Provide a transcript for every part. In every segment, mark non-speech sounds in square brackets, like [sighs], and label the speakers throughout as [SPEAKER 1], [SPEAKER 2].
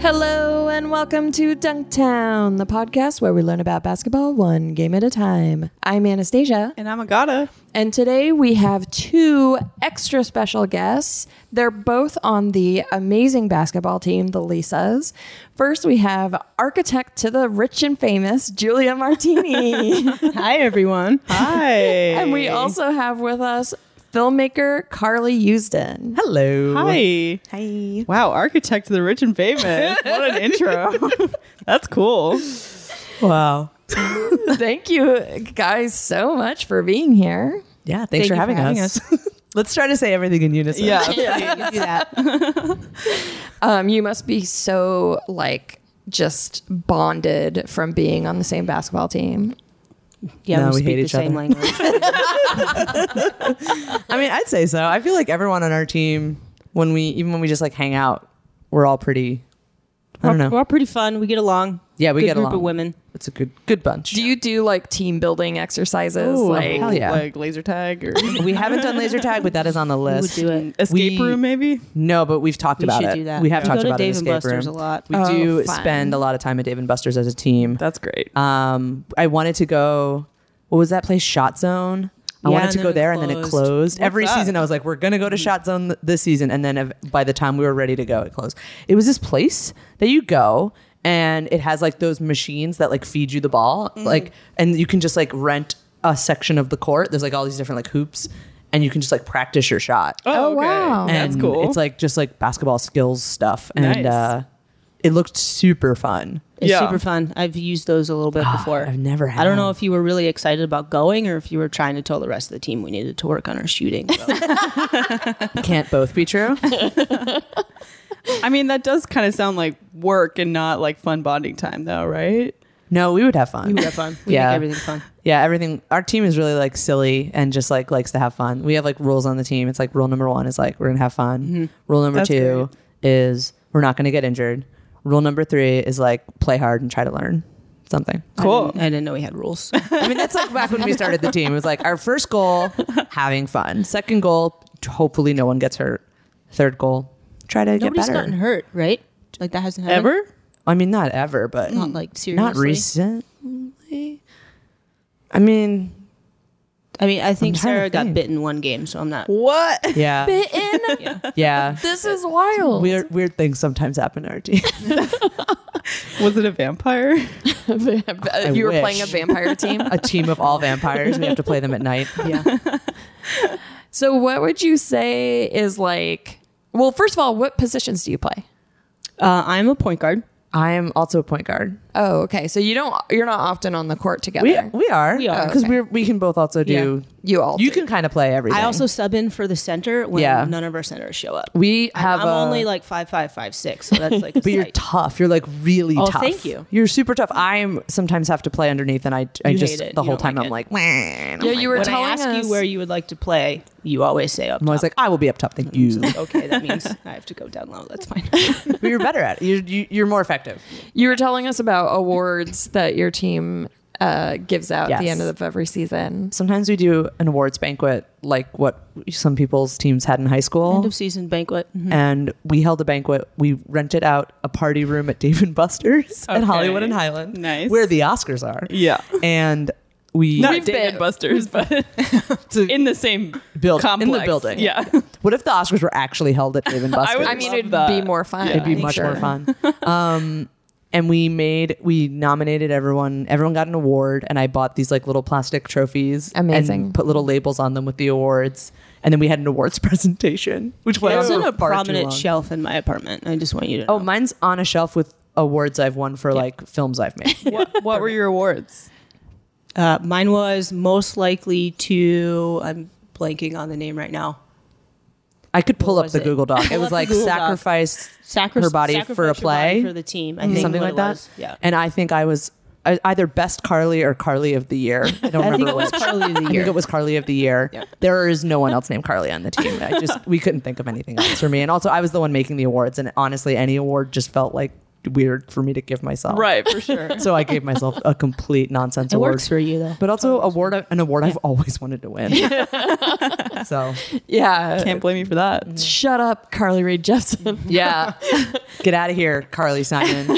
[SPEAKER 1] Hello and welcome to Dunktown, the podcast where we learn about basketball one game at a time. I'm Anastasia,
[SPEAKER 2] And I'm a gotta.
[SPEAKER 1] and today we have two extra special guests. They're both on the amazing basketball team, the Lisas. First, we have architect to the rich and famous, Julia Martini.
[SPEAKER 2] Hi, everyone. Hi.
[SPEAKER 1] and we also have with us filmmaker Carly Usden.
[SPEAKER 3] Hello.
[SPEAKER 2] Hi.
[SPEAKER 3] Hi.
[SPEAKER 2] Wow, architect of the rich and famous. what
[SPEAKER 3] [laughs]
[SPEAKER 2] an intro. That's cool.
[SPEAKER 3] Wow.
[SPEAKER 1] Thank you guys so much for being here.
[SPEAKER 3] Yeah.
[SPEAKER 2] Thank
[SPEAKER 3] Thanks for,
[SPEAKER 2] you
[SPEAKER 3] having,
[SPEAKER 2] for having
[SPEAKER 3] us. [laughs] Let's try to say everything in unison.
[SPEAKER 2] Yeah.
[SPEAKER 1] Um, you must be so like just bonded from being on the same basketball team.
[SPEAKER 3] No, we hate each other. [laughs]
[SPEAKER 4] language.
[SPEAKER 3] I mean, I'd say so. I feel like everyone on our team, when we even when we just like hang out, we're all pretty. I don't
[SPEAKER 4] We're- We're
[SPEAKER 3] know.
[SPEAKER 4] all pretty fun. We get along.
[SPEAKER 3] Yeah, we
[SPEAKER 4] Good
[SPEAKER 3] get
[SPEAKER 4] group
[SPEAKER 3] along.
[SPEAKER 4] of women.
[SPEAKER 3] It's a good good bunch.
[SPEAKER 1] Do you do like team building exercises? like
[SPEAKER 3] [laughs] hell yeah.
[SPEAKER 2] Like laser tag
[SPEAKER 3] [laughs]
[SPEAKER 2] or
[SPEAKER 3] we haven't done laser tag, but that is on the
[SPEAKER 4] We would
[SPEAKER 3] list.
[SPEAKER 4] do it.
[SPEAKER 2] escape
[SPEAKER 3] We-
[SPEAKER 2] room, maybe?
[SPEAKER 3] No, but we've talked
[SPEAKER 4] We
[SPEAKER 3] about
[SPEAKER 4] should
[SPEAKER 3] it.
[SPEAKER 4] do that.
[SPEAKER 3] We have
[SPEAKER 4] we
[SPEAKER 3] talked
[SPEAKER 4] go
[SPEAKER 3] about
[SPEAKER 4] to
[SPEAKER 3] it.
[SPEAKER 4] Dave
[SPEAKER 3] in
[SPEAKER 4] and
[SPEAKER 3] escape
[SPEAKER 4] Buster's
[SPEAKER 3] room.
[SPEAKER 4] a lot.
[SPEAKER 3] We
[SPEAKER 1] Oh,
[SPEAKER 3] do
[SPEAKER 1] fun.
[SPEAKER 3] spend a lot of time at Dave and Buster's as a team.
[SPEAKER 2] That's great.
[SPEAKER 3] Um, I wanted to go. What was that place? Shot Zone. I
[SPEAKER 4] Yeah,
[SPEAKER 3] wanted
[SPEAKER 4] and
[SPEAKER 3] to
[SPEAKER 4] then
[SPEAKER 3] go
[SPEAKER 4] it
[SPEAKER 3] there, and then it
[SPEAKER 4] closed.
[SPEAKER 3] closed. Every
[SPEAKER 2] that?
[SPEAKER 3] season, I was like, "We're gonna go to Shot Zone th- this season," and then ev- by the time we were ready to go, it closed. It was this place that you go, and it has like those machines that like feed you the ball,
[SPEAKER 4] Mm-hmm.
[SPEAKER 3] like, and you can just like rent a section of the court. There's like all these different like hoops, and you can just like practice your shot.
[SPEAKER 1] Oh, wow.
[SPEAKER 2] That's
[SPEAKER 3] And
[SPEAKER 2] cool.
[SPEAKER 3] It's like just like basketball skills stuff, and
[SPEAKER 2] Nice.
[SPEAKER 3] uh, it looked super fun.
[SPEAKER 4] It's
[SPEAKER 2] Yeah.
[SPEAKER 4] super fun. I've used those a little bit before.
[SPEAKER 3] [sighs] I've never had
[SPEAKER 4] I don't know
[SPEAKER 3] one.
[SPEAKER 4] if you were really excited about going or if you were trying to tell the rest of the team we needed to work on our shooting.
[SPEAKER 3] Can't both be true.
[SPEAKER 2] I mean, that does kind of sound like work and not like fun bonding time, though, right?
[SPEAKER 3] No, we would have fun.
[SPEAKER 4] we would have fun. We
[SPEAKER 3] Yeah.
[SPEAKER 4] make everything fun.
[SPEAKER 3] Yeah, everything. Our team is really like silly and just like likes to have fun. We have like rules on the team. It's like rule number one is like we're gonna have fun.
[SPEAKER 4] Mm-hmm.
[SPEAKER 3] Rule number
[SPEAKER 2] That's
[SPEAKER 3] two is we're not gonna get injured. Rule number three is like play hard and try to learn something.
[SPEAKER 2] Cool.
[SPEAKER 4] I didn't, I didn't know we had
[SPEAKER 3] [laughs]
[SPEAKER 4] rules.
[SPEAKER 3] I mean, that's like back when we started the team. It was like our first goal, having fun. Second goal, hopefully no one gets hurt. Third goal, try to
[SPEAKER 4] Nobody's
[SPEAKER 3] get better.
[SPEAKER 4] gotten hurt, right? Like that hasn't happened.
[SPEAKER 2] Ever?
[SPEAKER 3] I mean, not ever, but
[SPEAKER 4] Not like seriously.
[SPEAKER 3] not recently. I mean,
[SPEAKER 4] I mean, I think
[SPEAKER 3] I'm trying to
[SPEAKER 4] Sarah got
[SPEAKER 3] think.
[SPEAKER 4] bitten one game, so I'm
[SPEAKER 3] [laughs]
[SPEAKER 4] not.
[SPEAKER 2] What?
[SPEAKER 3] yeah,
[SPEAKER 1] Bitten?
[SPEAKER 3] yeah.
[SPEAKER 1] this is wild.
[SPEAKER 3] Weird, weird things sometimes happen to our team.
[SPEAKER 2] [laughs] Was it a vampire?
[SPEAKER 1] Uh, you were
[SPEAKER 3] wish.
[SPEAKER 1] playing a vampire
[SPEAKER 3] [laughs]
[SPEAKER 1] team.
[SPEAKER 3] a team of all vampires. We have to play them at night.
[SPEAKER 4] Yeah.
[SPEAKER 1] so, what would you say is like? Well, first of all, what positions do you play?
[SPEAKER 4] Uh, I'm a point guard.
[SPEAKER 3] I am also a point guard.
[SPEAKER 1] Oh, okay. So you don't. You're not often on the court
[SPEAKER 3] We,
[SPEAKER 1] together.
[SPEAKER 3] we are.
[SPEAKER 4] We are.
[SPEAKER 3] Because
[SPEAKER 1] Okay.
[SPEAKER 3] we're we can both also do.
[SPEAKER 1] you all.
[SPEAKER 3] You
[SPEAKER 1] do.
[SPEAKER 3] can kind of play everything.
[SPEAKER 4] I also sub in for the center when
[SPEAKER 3] Yeah.
[SPEAKER 4] none of our centers show up.
[SPEAKER 3] we
[SPEAKER 4] I'm-
[SPEAKER 3] have uh,
[SPEAKER 4] I'm
[SPEAKER 3] a-
[SPEAKER 4] only like five five five six, so that's
[SPEAKER 3] [laughs]
[SPEAKER 4] like. a
[SPEAKER 3] But you're
[SPEAKER 4] sight.
[SPEAKER 3] tough. You're like really
[SPEAKER 4] Oh,
[SPEAKER 3] tough.
[SPEAKER 4] thank you.
[SPEAKER 3] You're super tough. I'm sometimes have to play underneath, and I I
[SPEAKER 4] You
[SPEAKER 3] just
[SPEAKER 4] hate it.
[SPEAKER 3] the
[SPEAKER 4] You
[SPEAKER 3] whole
[SPEAKER 4] don't
[SPEAKER 3] time
[SPEAKER 4] like it.
[SPEAKER 3] I'm like. Yeah,
[SPEAKER 1] Yeah, you were
[SPEAKER 4] when
[SPEAKER 1] telling
[SPEAKER 4] I ask
[SPEAKER 1] us
[SPEAKER 4] you where you would like to play, you always say up.
[SPEAKER 3] I'm always
[SPEAKER 4] top.
[SPEAKER 3] like, I will be up top.
[SPEAKER 4] [laughs]
[SPEAKER 3] Thank you.
[SPEAKER 4] okay,
[SPEAKER 3] [laughs]
[SPEAKER 4] that means I have to go down low. That's fine.
[SPEAKER 3] but you're better at it. You're, you, you're more effective.
[SPEAKER 1] You were telling us about awards that your team uh, gives out at the
[SPEAKER 3] Yes.
[SPEAKER 1] end of every season.
[SPEAKER 3] Sometimes we do an awards banquet, like what some people's teams had in high school.
[SPEAKER 4] End of season banquet.
[SPEAKER 2] Mm-hmm.
[SPEAKER 4] Mhm.
[SPEAKER 3] and we held a banquet. We rented out a party room at Dave and Buster's at
[SPEAKER 2] Okay.
[SPEAKER 3] Hollywood and Highland,
[SPEAKER 2] Nice.
[SPEAKER 3] where the Oscars are.
[SPEAKER 2] Yeah.
[SPEAKER 3] And we
[SPEAKER 2] Not
[SPEAKER 1] We've
[SPEAKER 2] Dave
[SPEAKER 1] been-
[SPEAKER 2] and
[SPEAKER 3] [laughs]
[SPEAKER 2] Buster's, but in the same
[SPEAKER 3] built
[SPEAKER 2] complex.
[SPEAKER 3] in the building.
[SPEAKER 2] Yeah.
[SPEAKER 3] What if the Oscars were actually held
[SPEAKER 2] [laughs]
[SPEAKER 3] at Dave and Buster's?
[SPEAKER 2] would
[SPEAKER 1] I mean,
[SPEAKER 2] love
[SPEAKER 1] it'd
[SPEAKER 2] that.
[SPEAKER 1] be more fun.
[SPEAKER 3] It'd be
[SPEAKER 1] I'm
[SPEAKER 3] much
[SPEAKER 1] sure.
[SPEAKER 2] [laughs]
[SPEAKER 3] more fun. Um, and we made we nominated everyone. Everyone got an award, and I bought these like little plastic trophies. and
[SPEAKER 1] Amazing.
[SPEAKER 3] put little labels on them with the awards, and then we had an awards [laughs] presentation, which went
[SPEAKER 4] It's on
[SPEAKER 3] on for
[SPEAKER 4] a
[SPEAKER 3] far too
[SPEAKER 4] prominent
[SPEAKER 3] long.
[SPEAKER 4] shelf in my apartment. I just want you to. Know.
[SPEAKER 3] Oh, mine's on a shelf with awards I've won for like films I've made.
[SPEAKER 2] [laughs] What, what were your awards?
[SPEAKER 4] Uh, mine was most likely to. I'm blanking on the name right now.
[SPEAKER 3] I could pull
[SPEAKER 4] What
[SPEAKER 3] up
[SPEAKER 4] was
[SPEAKER 3] the
[SPEAKER 4] it?
[SPEAKER 3] Google Doc. It
[SPEAKER 4] Pull
[SPEAKER 3] was
[SPEAKER 4] up the
[SPEAKER 3] like
[SPEAKER 4] Google Doc.
[SPEAKER 3] sacrifice
[SPEAKER 4] Sacri-
[SPEAKER 3] Her body
[SPEAKER 4] sacrifice
[SPEAKER 3] for a
[SPEAKER 4] your
[SPEAKER 3] play? Mm-hmm.
[SPEAKER 4] body for the team. I think
[SPEAKER 3] something
[SPEAKER 4] what
[SPEAKER 3] like
[SPEAKER 4] it
[SPEAKER 3] that.
[SPEAKER 4] was. Yeah.
[SPEAKER 3] And I think I was I- either best Carly or Carly of the year. I don't
[SPEAKER 4] I think
[SPEAKER 3] remember
[SPEAKER 4] it was
[SPEAKER 3] which.
[SPEAKER 4] probably the
[SPEAKER 3] I think
[SPEAKER 4] year.
[SPEAKER 3] it was Carly of the year.
[SPEAKER 4] Yeah.
[SPEAKER 3] There is no one else named Carly on the team. I just we couldn't think of anything else for me. And also I was the one making the awards and honestly any award just felt like weird for me to give myself.
[SPEAKER 2] Right, for sure.
[SPEAKER 3] So I gave myself a complete nonsense
[SPEAKER 4] It
[SPEAKER 3] award.
[SPEAKER 4] works for you though.
[SPEAKER 3] But also award an award I've always wanted to win. so
[SPEAKER 1] Yeah.
[SPEAKER 2] [laughs]
[SPEAKER 4] [laughs]
[SPEAKER 2] Can't blame you for that.
[SPEAKER 1] Mm. Shut up, Carly Rae Jepsen.
[SPEAKER 3] [laughs] yeah. Get out of here, Carly Simon.
[SPEAKER 2] [laughs]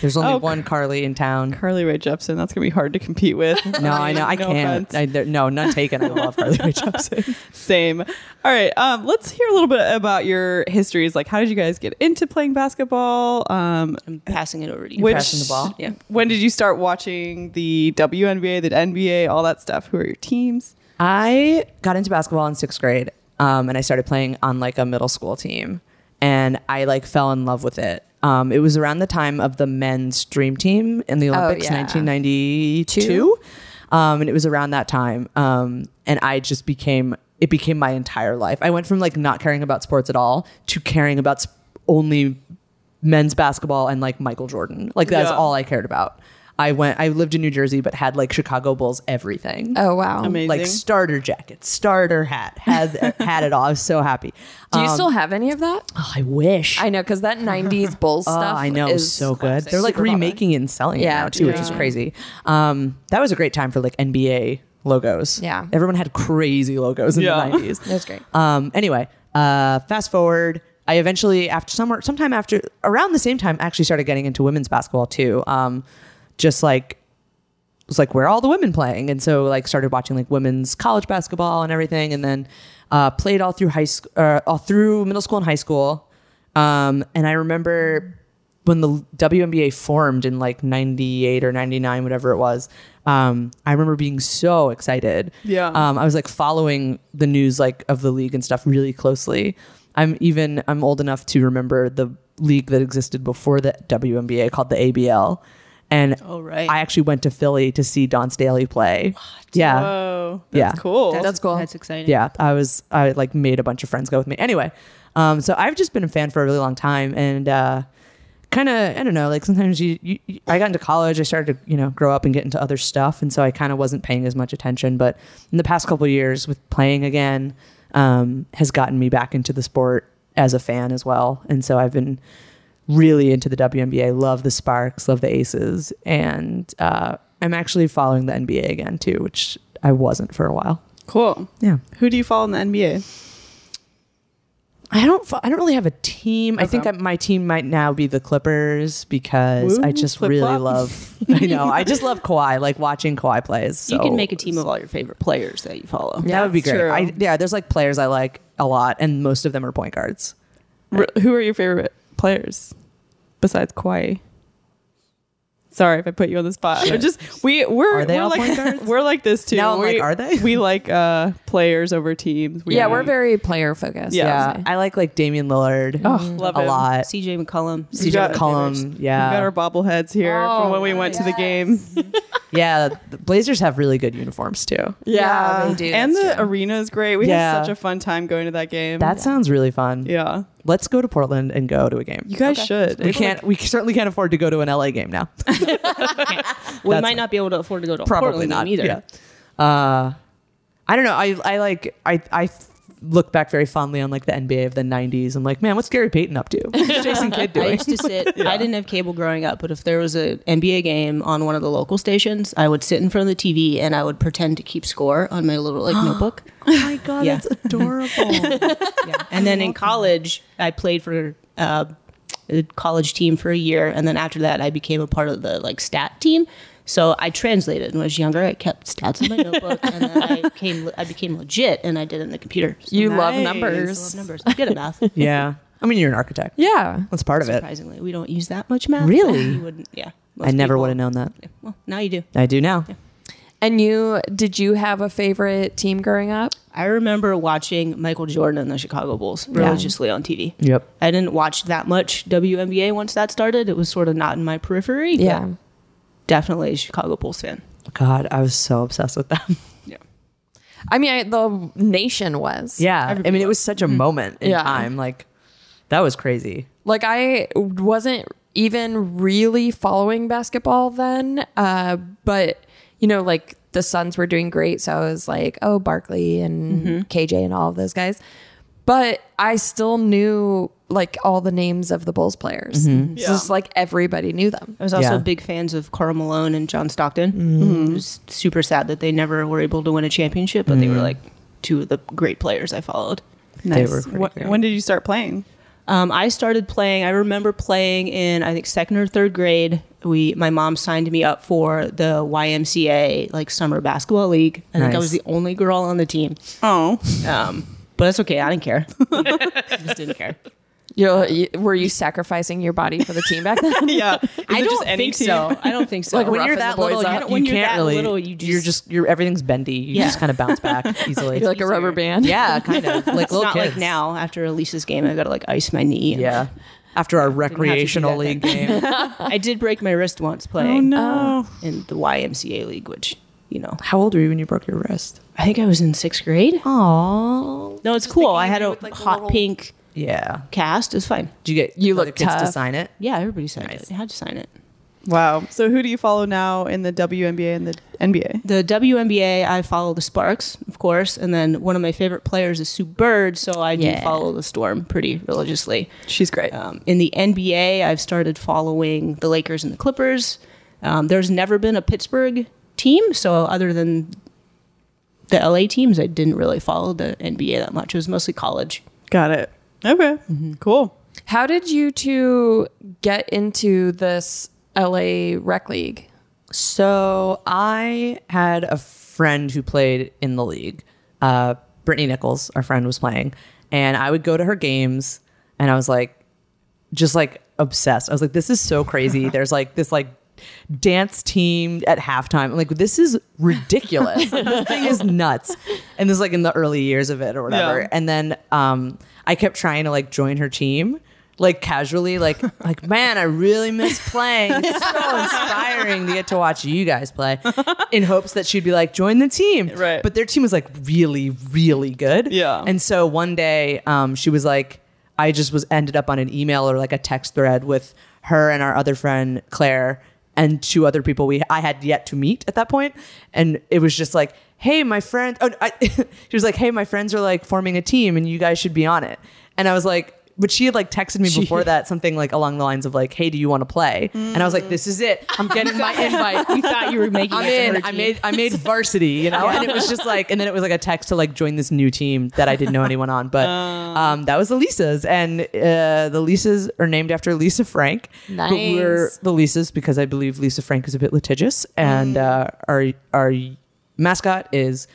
[SPEAKER 3] There's only
[SPEAKER 2] Oh,
[SPEAKER 3] one Carly in town.
[SPEAKER 2] Carly Rae Jepsen. That's gonna be hard to compete with.
[SPEAKER 3] No, I know. I
[SPEAKER 2] No
[SPEAKER 3] can't.
[SPEAKER 2] offense.
[SPEAKER 3] I, there, no, none taken. I love Carly Rae Jepsen.
[SPEAKER 2] Same. All right. Um, let's hear a little bit about your histories. Like, how did you guys get into playing basketball? Um,
[SPEAKER 4] I'm passing it over to you.
[SPEAKER 2] which
[SPEAKER 3] passing the ball.
[SPEAKER 4] Yeah.
[SPEAKER 2] When did you start watching the WNBA, the NBA, all that stuff? Who are your teams?
[SPEAKER 3] I got into basketball in sixth grade, um, and I started playing on like a middle school team, and I like fell in love with it. Um, it was around the time of the men's dream team in the Olympics,
[SPEAKER 1] Oh, yeah.
[SPEAKER 3] 1992,
[SPEAKER 1] Two?
[SPEAKER 3] um, and it was around that time, um, and I just became it became my entire life. I went from like not caring about sports at all to caring about sp- only men's basketball and like Michael Jordan. Like that's
[SPEAKER 2] Yeah.
[SPEAKER 3] all I cared about. I went. I lived in New Jersey, but had like Chicago Bulls everything
[SPEAKER 1] [laughs] Oh wow.
[SPEAKER 2] Amazing.
[SPEAKER 3] like starter jacket, starter hat,
[SPEAKER 1] [laughs]
[SPEAKER 3] had had it all. I was so happy.
[SPEAKER 1] Do you
[SPEAKER 3] Um,
[SPEAKER 1] still have any of
[SPEAKER 3] [sighs]
[SPEAKER 1] that?
[SPEAKER 3] oh, I wish.
[SPEAKER 1] I know because that
[SPEAKER 3] [laughs]
[SPEAKER 1] '90s Bulls
[SPEAKER 3] Oh,
[SPEAKER 1] stuff.
[SPEAKER 3] I know,
[SPEAKER 1] is
[SPEAKER 3] so good. They're like
[SPEAKER 1] super popular.
[SPEAKER 3] remaking it and selling
[SPEAKER 1] Yeah,
[SPEAKER 3] it now too, which is
[SPEAKER 1] yeah.
[SPEAKER 3] crazy. Um, that was a great time for like NBA logos.
[SPEAKER 1] Yeah.
[SPEAKER 3] everyone had crazy logos in
[SPEAKER 2] Yeah.
[SPEAKER 1] [laughs]
[SPEAKER 3] the nineties.
[SPEAKER 1] It was great.
[SPEAKER 3] Um, anyway, uh, fast forward. I eventually, after summer, sometime after around the same time, actually started getting into women's basketball too. Um, just like was like, where are all the women playing? And so like started watching like women's college basketball and everything, and then uh, played all through high school, uh, all through middle school and high school. Um, and I remember when the WNBA formed in like 98 or 99, whatever it was, um, I remember being so excited.
[SPEAKER 2] Yeah.
[SPEAKER 3] Um, I was like following the news like of the league and stuff really closely. I'm even, I'm old enough to remember the league that existed before the WNBA called the ABL. And
[SPEAKER 4] Oh, right.
[SPEAKER 3] I actually went to Philly to see Don Staley play. Yeah.
[SPEAKER 2] Whoa.
[SPEAKER 3] Yeah.
[SPEAKER 2] That's cool.
[SPEAKER 1] That's cool.
[SPEAKER 4] That's exciting.
[SPEAKER 3] Yeah. I was, I like made a bunch of friends go with me. Anyway, um, so I've just been a fan for a really long time and, uh, kind of, I don't know, like sometimes you, you, you- I got into college, I started to, you know, grow up and get into other stuff. And so I kind of wasn't paying as much attention, but in the past couple of years with playing again, um, has gotten me back into the sport as a fan as well. And so I've been really into the WNBA, love the Sparks, love the Aces. And, uh, I'm actually following the NBA again too, which I wasn't for a while.
[SPEAKER 2] cool.
[SPEAKER 3] Yeah.
[SPEAKER 2] Who do you follow in the NBA?
[SPEAKER 3] I don't. fo- I don't really have a team. I think
[SPEAKER 2] Okay.
[SPEAKER 3] that my team might now be the Clippers because I
[SPEAKER 2] Woo,
[SPEAKER 3] just
[SPEAKER 2] flip
[SPEAKER 3] really
[SPEAKER 2] flop.
[SPEAKER 3] love.
[SPEAKER 2] [laughs]
[SPEAKER 3] I know. I just love Kawhi. Like watching Kawhi plays.
[SPEAKER 4] You can make a
[SPEAKER 3] it.
[SPEAKER 4] team of all your favorite players that you follow.
[SPEAKER 3] that would be
[SPEAKER 2] it's
[SPEAKER 3] great.
[SPEAKER 2] true.
[SPEAKER 3] I, yeah, there's like players I like a lot, and most of them are point guards.
[SPEAKER 2] R- who are your favorite players besides Kawhi? Sorry if I put you on the spot. But just we we're
[SPEAKER 3] Are they
[SPEAKER 2] we're
[SPEAKER 3] all
[SPEAKER 2] like [laughs]
[SPEAKER 3] point guards?
[SPEAKER 2] we're like this too.
[SPEAKER 3] Now I'm
[SPEAKER 2] we,
[SPEAKER 3] like, are they?
[SPEAKER 2] We like uh, players over teams. We,
[SPEAKER 1] yeah, we're very player focused.
[SPEAKER 2] Yeah.
[SPEAKER 1] I
[SPEAKER 3] Yeah,
[SPEAKER 1] would say.
[SPEAKER 3] I like like Damian Lillard
[SPEAKER 2] Oh, love
[SPEAKER 3] a
[SPEAKER 2] him.
[SPEAKER 3] lot.
[SPEAKER 4] CJ McCollum.
[SPEAKER 2] We got-
[SPEAKER 3] CJ Uh, McCollum.
[SPEAKER 2] We got
[SPEAKER 3] Yeah,
[SPEAKER 2] our bobbleheads here from
[SPEAKER 1] Oh,
[SPEAKER 2] when we went to the game.
[SPEAKER 3] yeah. The Blazers have really good uniforms too.
[SPEAKER 2] Mm-hmm.
[SPEAKER 1] Yeah, they do.
[SPEAKER 2] And
[SPEAKER 1] That's
[SPEAKER 2] the
[SPEAKER 1] true.
[SPEAKER 2] arena is great. We
[SPEAKER 3] Yeah.
[SPEAKER 2] had such a fun time going to that game.
[SPEAKER 3] That sounds really fun.
[SPEAKER 2] yeah.
[SPEAKER 3] Let's go to Portland and go to a game.
[SPEAKER 2] You guys should.
[SPEAKER 3] We can't. We certainly can't afford to go to an LA game now.
[SPEAKER 4] We
[SPEAKER 3] That's-
[SPEAKER 4] might not be able to afford to go to a
[SPEAKER 3] probably
[SPEAKER 4] Portland
[SPEAKER 3] not
[SPEAKER 4] game either.
[SPEAKER 3] [laughs] Yeah. Uh, I don't know. I I like I I look back very fondly on like the NBA of the '90s. I'm like, man, what's Gary Payton up to? What's Jason Kidd
[SPEAKER 4] I
[SPEAKER 3] doing?
[SPEAKER 4] used to
[SPEAKER 3] [laughs]
[SPEAKER 4] sit. I didn't have cable growing up, but if there was an NBA game on one of the local stations, I would sit in front of the TV and I would pretend to keep score on my little
[SPEAKER 3] [gasps]
[SPEAKER 4] like notebook.
[SPEAKER 3] oh my god,
[SPEAKER 4] Yeah.
[SPEAKER 3] that's adorable.
[SPEAKER 4] And then in college, I played for uh, a college team for a year, and then after that, I became a part of the like stat team. So I translated when I was younger. I kept stats
[SPEAKER 3] [laughs]
[SPEAKER 4] in my notebook, and then I came. I became legit, and I did it in the computer. So
[SPEAKER 1] you love
[SPEAKER 2] Nice.
[SPEAKER 4] I love
[SPEAKER 1] numbers.
[SPEAKER 4] numbers. I'm good at math.
[SPEAKER 3] [laughs] yeah. I mean, you're an architect.
[SPEAKER 1] Yeah.
[SPEAKER 3] That's part of it.
[SPEAKER 4] Surprisingly, we don't use that much math.
[SPEAKER 3] Really?
[SPEAKER 4] You wouldn't. Yeah.
[SPEAKER 3] I never would have known that.
[SPEAKER 4] known. Well, now you do.
[SPEAKER 3] I do now.
[SPEAKER 1] And you did you have a favorite team growing up?
[SPEAKER 4] I remember watching Michael Jordan and the Chicago Bulls religiously on TV.
[SPEAKER 3] Yep.
[SPEAKER 4] I didn't watch that much WNBA once that started. It was sort of not in my periphery. but
[SPEAKER 1] Yeah.
[SPEAKER 4] Definitely a Chicago Bulls fan.
[SPEAKER 3] God, I was so obsessed with them.
[SPEAKER 1] I mean, I, the nation was.
[SPEAKER 3] Yeah. [laughs] I mean, it was such a moment in
[SPEAKER 1] Yeah.
[SPEAKER 3] time. Like, that was crazy.
[SPEAKER 1] Like I wasn't even really following basketball then, uh, but you know, like the Suns were doing great, so I was like, oh, Barkley and KJ and all of those guys. But I still knew like all the names of the Bulls players. So
[SPEAKER 2] Yeah.
[SPEAKER 1] it's like everybody knew them.
[SPEAKER 4] I was also
[SPEAKER 3] Yeah. Mm-hmm.
[SPEAKER 4] big fans of Carl Malone and John Stockton. Mm-hmm. It was super sad that they never were able to win a championship, but
[SPEAKER 3] Mm-hmm.
[SPEAKER 4] they were like two of the great players I followed.
[SPEAKER 3] They were pretty
[SPEAKER 2] Wh-
[SPEAKER 3] great.
[SPEAKER 2] when did you start playing?
[SPEAKER 4] Um, I started playing. I remember playing in I think second or third grade. We my mom signed me up for the YMCA like summer basketball league. I think I
[SPEAKER 3] Nice.
[SPEAKER 4] was the only girl on the team.
[SPEAKER 2] Oh,
[SPEAKER 4] Um, but that's okay. I didn't
[SPEAKER 3] [laughs]
[SPEAKER 4] care. I just didn't care.
[SPEAKER 1] You're, you, were you sacrificing your body for the team back [laughs] then?
[SPEAKER 2] [laughs] yeah. Is
[SPEAKER 4] I
[SPEAKER 2] it
[SPEAKER 4] don't
[SPEAKER 2] just
[SPEAKER 4] think
[SPEAKER 2] any team?
[SPEAKER 4] so. I don't
[SPEAKER 3] [laughs]
[SPEAKER 4] think so.
[SPEAKER 3] Like when
[SPEAKER 1] roughing
[SPEAKER 3] you're
[SPEAKER 1] the
[SPEAKER 3] that
[SPEAKER 1] boys
[SPEAKER 3] little, you,
[SPEAKER 1] up.
[SPEAKER 3] you
[SPEAKER 4] When you're
[SPEAKER 3] can't
[SPEAKER 4] that
[SPEAKER 3] really.
[SPEAKER 4] little, you
[SPEAKER 3] are
[SPEAKER 4] just-
[SPEAKER 3] just you're everything's bendy. You
[SPEAKER 4] Yeah.
[SPEAKER 3] just kind of bounce back easily.
[SPEAKER 1] You're like [laughs] a rubber band.
[SPEAKER 3] yeah, kind of like
[SPEAKER 4] It's
[SPEAKER 3] little
[SPEAKER 4] not
[SPEAKER 3] kids
[SPEAKER 4] like now after Elisa's game, I got to like ice my knee. and-
[SPEAKER 3] Yeah, after our recreational
[SPEAKER 4] that
[SPEAKER 3] league game.
[SPEAKER 4] I did break my wrist once
[SPEAKER 2] Oh
[SPEAKER 4] playing
[SPEAKER 2] no.
[SPEAKER 4] in the YMCA league, which you know
[SPEAKER 3] How old were you when you broke your wrist?
[SPEAKER 4] I think I was in sixth grade.
[SPEAKER 3] Oh,
[SPEAKER 4] No, it's cool. I had a hot pink
[SPEAKER 3] yeah.
[SPEAKER 4] cast. It's fine.
[SPEAKER 3] Do you get
[SPEAKER 1] You
[SPEAKER 3] other
[SPEAKER 1] look
[SPEAKER 3] kids to
[SPEAKER 1] tough.
[SPEAKER 3] sign it?
[SPEAKER 4] Yeah, everybody signed
[SPEAKER 3] Nice.
[SPEAKER 4] it. They had to sign it.
[SPEAKER 2] Wow. So who do you follow now in the WNBA and the NBA?
[SPEAKER 4] The WNBA, I follow the Sparks, of course, and then one of my favorite players is Sue Bird, so I do
[SPEAKER 1] Yeah.
[SPEAKER 4] follow the Storm pretty religiously.
[SPEAKER 2] She's great.
[SPEAKER 4] Um, in the NBA, I've started following the Lakers and the Clippers. Um, there's never been a Pittsburgh team, so other than the LA teams, I didn't really follow the NBA that much. It was mostly [laughs] college.
[SPEAKER 2] Got it. Okay. Cool.
[SPEAKER 1] How did you two get into this LA rec league?
[SPEAKER 3] So I had a friend who played in the league. Uh, Brittany Nichols, our friend, was playing, and I would go to her games, and I was like, just like obsessed. I was like, this is
[SPEAKER 2] [laughs]
[SPEAKER 3] so crazy. There's like this like dance team at halftime. I'm like, this is
[SPEAKER 2] [laughs]
[SPEAKER 3] ridiculous. Like, this thing is nuts. And this is like in the early years of it or whatever.
[SPEAKER 2] Yeah.
[SPEAKER 3] And then um I kept trying to like join her team. Like
[SPEAKER 2] [laughs]
[SPEAKER 3] casually, like like man, I really miss playing. It's so inspiring to get to watch you guys play, in hopes that she'd be like, join the team.
[SPEAKER 2] Right.
[SPEAKER 3] But their team was like really, really good.
[SPEAKER 2] Yeah.
[SPEAKER 3] And so one day, um, she was like, I just was ended up on an email or like a text thread with her and our other friend Claire and two other people we I had yet to meet at that point, and it was just like, hey, my friend. Oh, I, [laughs] she was like, hey, my friends are like forming a team, and you guys should be on it. And I was like. But she had like texted me before that something like along the lines of like, "Hey, do you want to play?" And I was like, "This is it. I'm getting my invite.
[SPEAKER 4] We thought you were making
[SPEAKER 3] I'm
[SPEAKER 4] it to
[SPEAKER 3] in.
[SPEAKER 4] her
[SPEAKER 3] I
[SPEAKER 4] team.
[SPEAKER 3] made
[SPEAKER 4] [laughs]
[SPEAKER 3] I made varsity, you know. And it was just like, and then it was like a text to like join this new team that I didn't know anyone
[SPEAKER 4] [laughs]
[SPEAKER 3] on. But um, that was the Lisas, and uh, the Lisas are named after Lisa Frank. But we're
[SPEAKER 1] Nice.
[SPEAKER 3] the Lisas because I believe Lisa Frank is a bit litigious,
[SPEAKER 4] Mm.
[SPEAKER 3] and uh, our our mascot is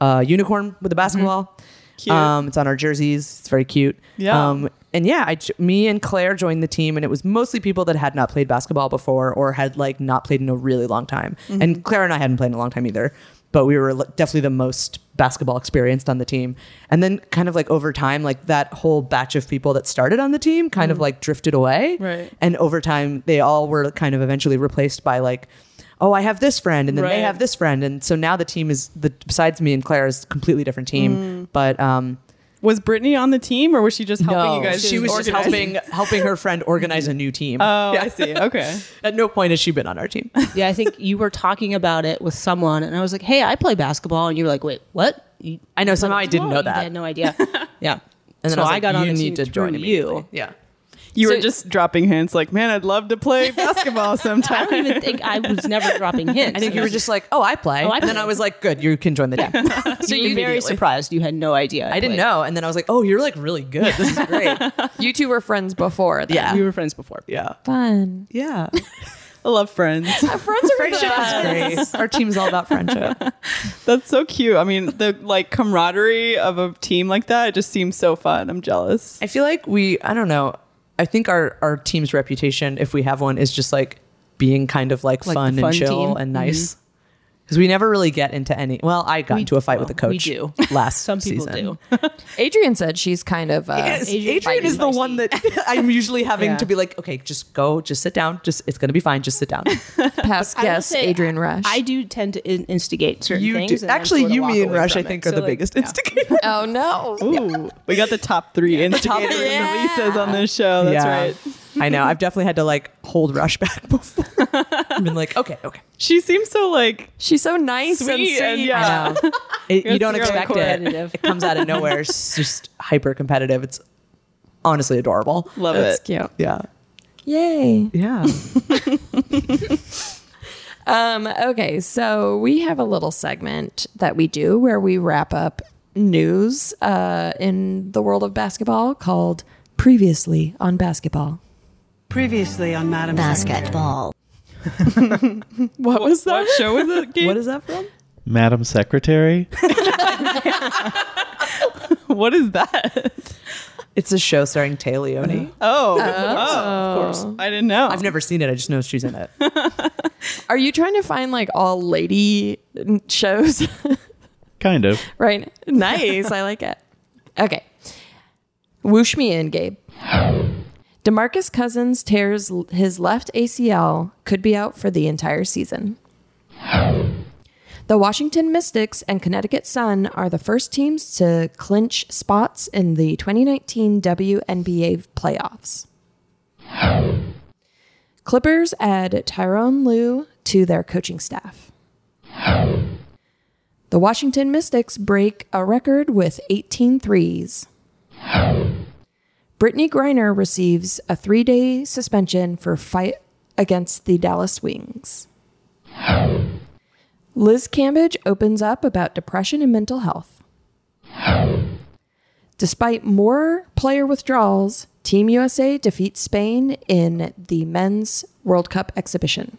[SPEAKER 3] a unicorn with a basketball.
[SPEAKER 4] Mm-hmm.
[SPEAKER 2] Cute.
[SPEAKER 3] Um, it's on our jerseys. It's very cute.
[SPEAKER 2] Yeah.
[SPEAKER 3] Um, and yeah, I, j- me and Claire joined the team, and it was mostly people that had not played basketball before or had like not played in a really long time.
[SPEAKER 2] Mm-hmm.
[SPEAKER 3] And Claire and I hadn't played in a long time either, but we were like, definitely the most basketball experienced on the team. And then kind of like over time, like that whole batch of people that started on the team kind of like drifted away.
[SPEAKER 2] Mm-hmm. Right.
[SPEAKER 3] And over time, they all were kind of eventually replaced by like. Oh, I have this friend, and then they
[SPEAKER 2] Right.
[SPEAKER 3] have this friend, and so now the team is the besides me and Claire is a completely different
[SPEAKER 2] Mm.
[SPEAKER 3] team. But um,
[SPEAKER 2] Was Brittany on the team or was she just helping you guys?
[SPEAKER 3] she was just
[SPEAKER 2] organize?
[SPEAKER 3] helping helping her friend organize a new team.
[SPEAKER 2] Oh, I see. Okay.
[SPEAKER 3] [laughs] At no point has she been on our team.
[SPEAKER 4] yeah, I think you were talking about it with someone, and I was like, "Hey, I play basketball," and you were like, "Wait, what?" You,
[SPEAKER 3] I know somehow I didn't know
[SPEAKER 4] I had
[SPEAKER 3] that.
[SPEAKER 4] no idea. yeah,
[SPEAKER 3] And then
[SPEAKER 4] so
[SPEAKER 3] I, was
[SPEAKER 4] I,
[SPEAKER 3] like,
[SPEAKER 4] got on
[SPEAKER 3] you
[SPEAKER 4] the
[SPEAKER 3] need
[SPEAKER 4] team
[SPEAKER 3] to join
[SPEAKER 4] through
[SPEAKER 3] immediately.
[SPEAKER 4] you.
[SPEAKER 3] Yeah.
[SPEAKER 2] You were
[SPEAKER 1] So-
[SPEAKER 2] just dropping hints like, man, I'd love to play basketball
[SPEAKER 4] I
[SPEAKER 2] sometime.
[SPEAKER 4] don't even think I was never
[SPEAKER 3] [laughs]
[SPEAKER 4] dropping hints.
[SPEAKER 3] I think you were just like, "Oh, I play,"
[SPEAKER 4] I
[SPEAKER 3] and then
[SPEAKER 4] play.
[SPEAKER 3] I was like, "Good, you can join the [laughs] team."
[SPEAKER 4] so you were very
[SPEAKER 3] immediately.
[SPEAKER 4] surprised. You had no idea.
[SPEAKER 3] I
[SPEAKER 4] played.
[SPEAKER 3] didn't know, and then I was like, "Oh, you're like really good. This
[SPEAKER 4] [laughs]
[SPEAKER 3] is great."
[SPEAKER 1] You two were friends before then.
[SPEAKER 3] yeah,
[SPEAKER 4] We were friends before.
[SPEAKER 3] yeah,
[SPEAKER 1] Fun.
[SPEAKER 3] yeah.
[SPEAKER 2] I love friends.
[SPEAKER 1] Friends are
[SPEAKER 3] Friendship is great. Our team's all about friendship.
[SPEAKER 2] That's so cute. I mean, the like camaraderie of a team like that it just seems so fun. I'm jealous.
[SPEAKER 3] I feel like we, I don't know. I think our our team's reputation, if we have one, is just like being kind of like,
[SPEAKER 4] Like the
[SPEAKER 3] fun,
[SPEAKER 4] fun
[SPEAKER 3] and chill
[SPEAKER 4] team. Mm-hmm.
[SPEAKER 3] and nice. Because we never really get into any. Well, I got
[SPEAKER 4] We-
[SPEAKER 3] into a fight with the
[SPEAKER 4] well, we
[SPEAKER 3] coach
[SPEAKER 4] do. [laughs]
[SPEAKER 3] last
[SPEAKER 4] Some people
[SPEAKER 3] season.
[SPEAKER 4] do.
[SPEAKER 1] Adrian said she's kind
[SPEAKER 2] [laughs]
[SPEAKER 1] of. Uh,
[SPEAKER 3] Yes, Adrian,
[SPEAKER 4] Adrian's
[SPEAKER 3] is the
[SPEAKER 4] feisty.
[SPEAKER 3] one that [laughs] I'm usually having
[SPEAKER 4] Yeah.
[SPEAKER 3] to be like, okay, just go, just sit down, just it's gonna be fine,
[SPEAKER 4] [laughs]
[SPEAKER 3] just sit down.
[SPEAKER 1] past
[SPEAKER 4] I will
[SPEAKER 1] guest
[SPEAKER 4] say,
[SPEAKER 1] Adrian Rush.
[SPEAKER 4] I do tend to in- instigate certain
[SPEAKER 3] you
[SPEAKER 4] things.
[SPEAKER 3] do.
[SPEAKER 4] and then
[SPEAKER 3] Actually,
[SPEAKER 4] sorta
[SPEAKER 3] you,
[SPEAKER 4] walk
[SPEAKER 3] me, and
[SPEAKER 4] away
[SPEAKER 3] Rush,
[SPEAKER 4] from
[SPEAKER 3] I think,
[SPEAKER 4] it.
[SPEAKER 3] are
[SPEAKER 4] So,
[SPEAKER 3] the
[SPEAKER 4] like,
[SPEAKER 3] biggest
[SPEAKER 4] yeah.
[SPEAKER 3] instigators.
[SPEAKER 1] [laughs] oh no!
[SPEAKER 2] Ooh, we got the top three instigators
[SPEAKER 3] three.
[SPEAKER 2] and the Lisas on this show. That's right.
[SPEAKER 3] I know. I've definitely had to like hold Rush back
[SPEAKER 4] [laughs]
[SPEAKER 3] [laughs] before. I've been like, okay, okay.
[SPEAKER 2] She seems so like
[SPEAKER 1] She's so nice
[SPEAKER 2] sweet,
[SPEAKER 1] and sweet.
[SPEAKER 2] and yeah. [laughs]
[SPEAKER 3] I know. It- you
[SPEAKER 2] It's
[SPEAKER 3] don't
[SPEAKER 2] really
[SPEAKER 3] expect it.
[SPEAKER 4] competitive.
[SPEAKER 3] It comes out of nowhere. It's
[SPEAKER 2] [laughs]
[SPEAKER 3] just hyper competitive. It's honestly adorable.
[SPEAKER 2] Love
[SPEAKER 1] That's
[SPEAKER 2] it.
[SPEAKER 1] cute.
[SPEAKER 3] Yeah.
[SPEAKER 1] Yay.
[SPEAKER 3] [laughs] Yeah.
[SPEAKER 1] Um, okay, so we have a little segment that we do where we wrap up news uh, in the world of basketball called Previously on basketball.
[SPEAKER 5] Previously on Madam
[SPEAKER 6] Basketball.
[SPEAKER 2] What was that? What
[SPEAKER 1] [laughs]
[SPEAKER 2] show was it?
[SPEAKER 3] What is that from?
[SPEAKER 7] Madam Secretary?
[SPEAKER 2] [laughs] what is that?
[SPEAKER 3] It's a show starring Tay Leone.
[SPEAKER 2] Oh, of course. I didn't know. [laughs]
[SPEAKER 3] I've never seen it. I just know she's in it.
[SPEAKER 1] Are you trying to find like all lady n- shows?
[SPEAKER 7] kind of.
[SPEAKER 1] right? Nice. I like it. Okay. Whoosh me in, Gabe. Demarcus Cousins tears l- his left ACL, could be out for the entire season. The Washington Mystics and Connecticut Sun are the first teams to clinch spots in the 2019 WNBA playoffs. Clippers add Tyrone Lue to their coaching staff. The Washington Mystics break a record with 18 threes. Brittany Griner receives a three day suspension for fight against the Dallas Wings. Liz Cambage opens up about depression and mental health. Despite more player withdrawals, Team USA defeats Spain in the men's World Cup exhibition.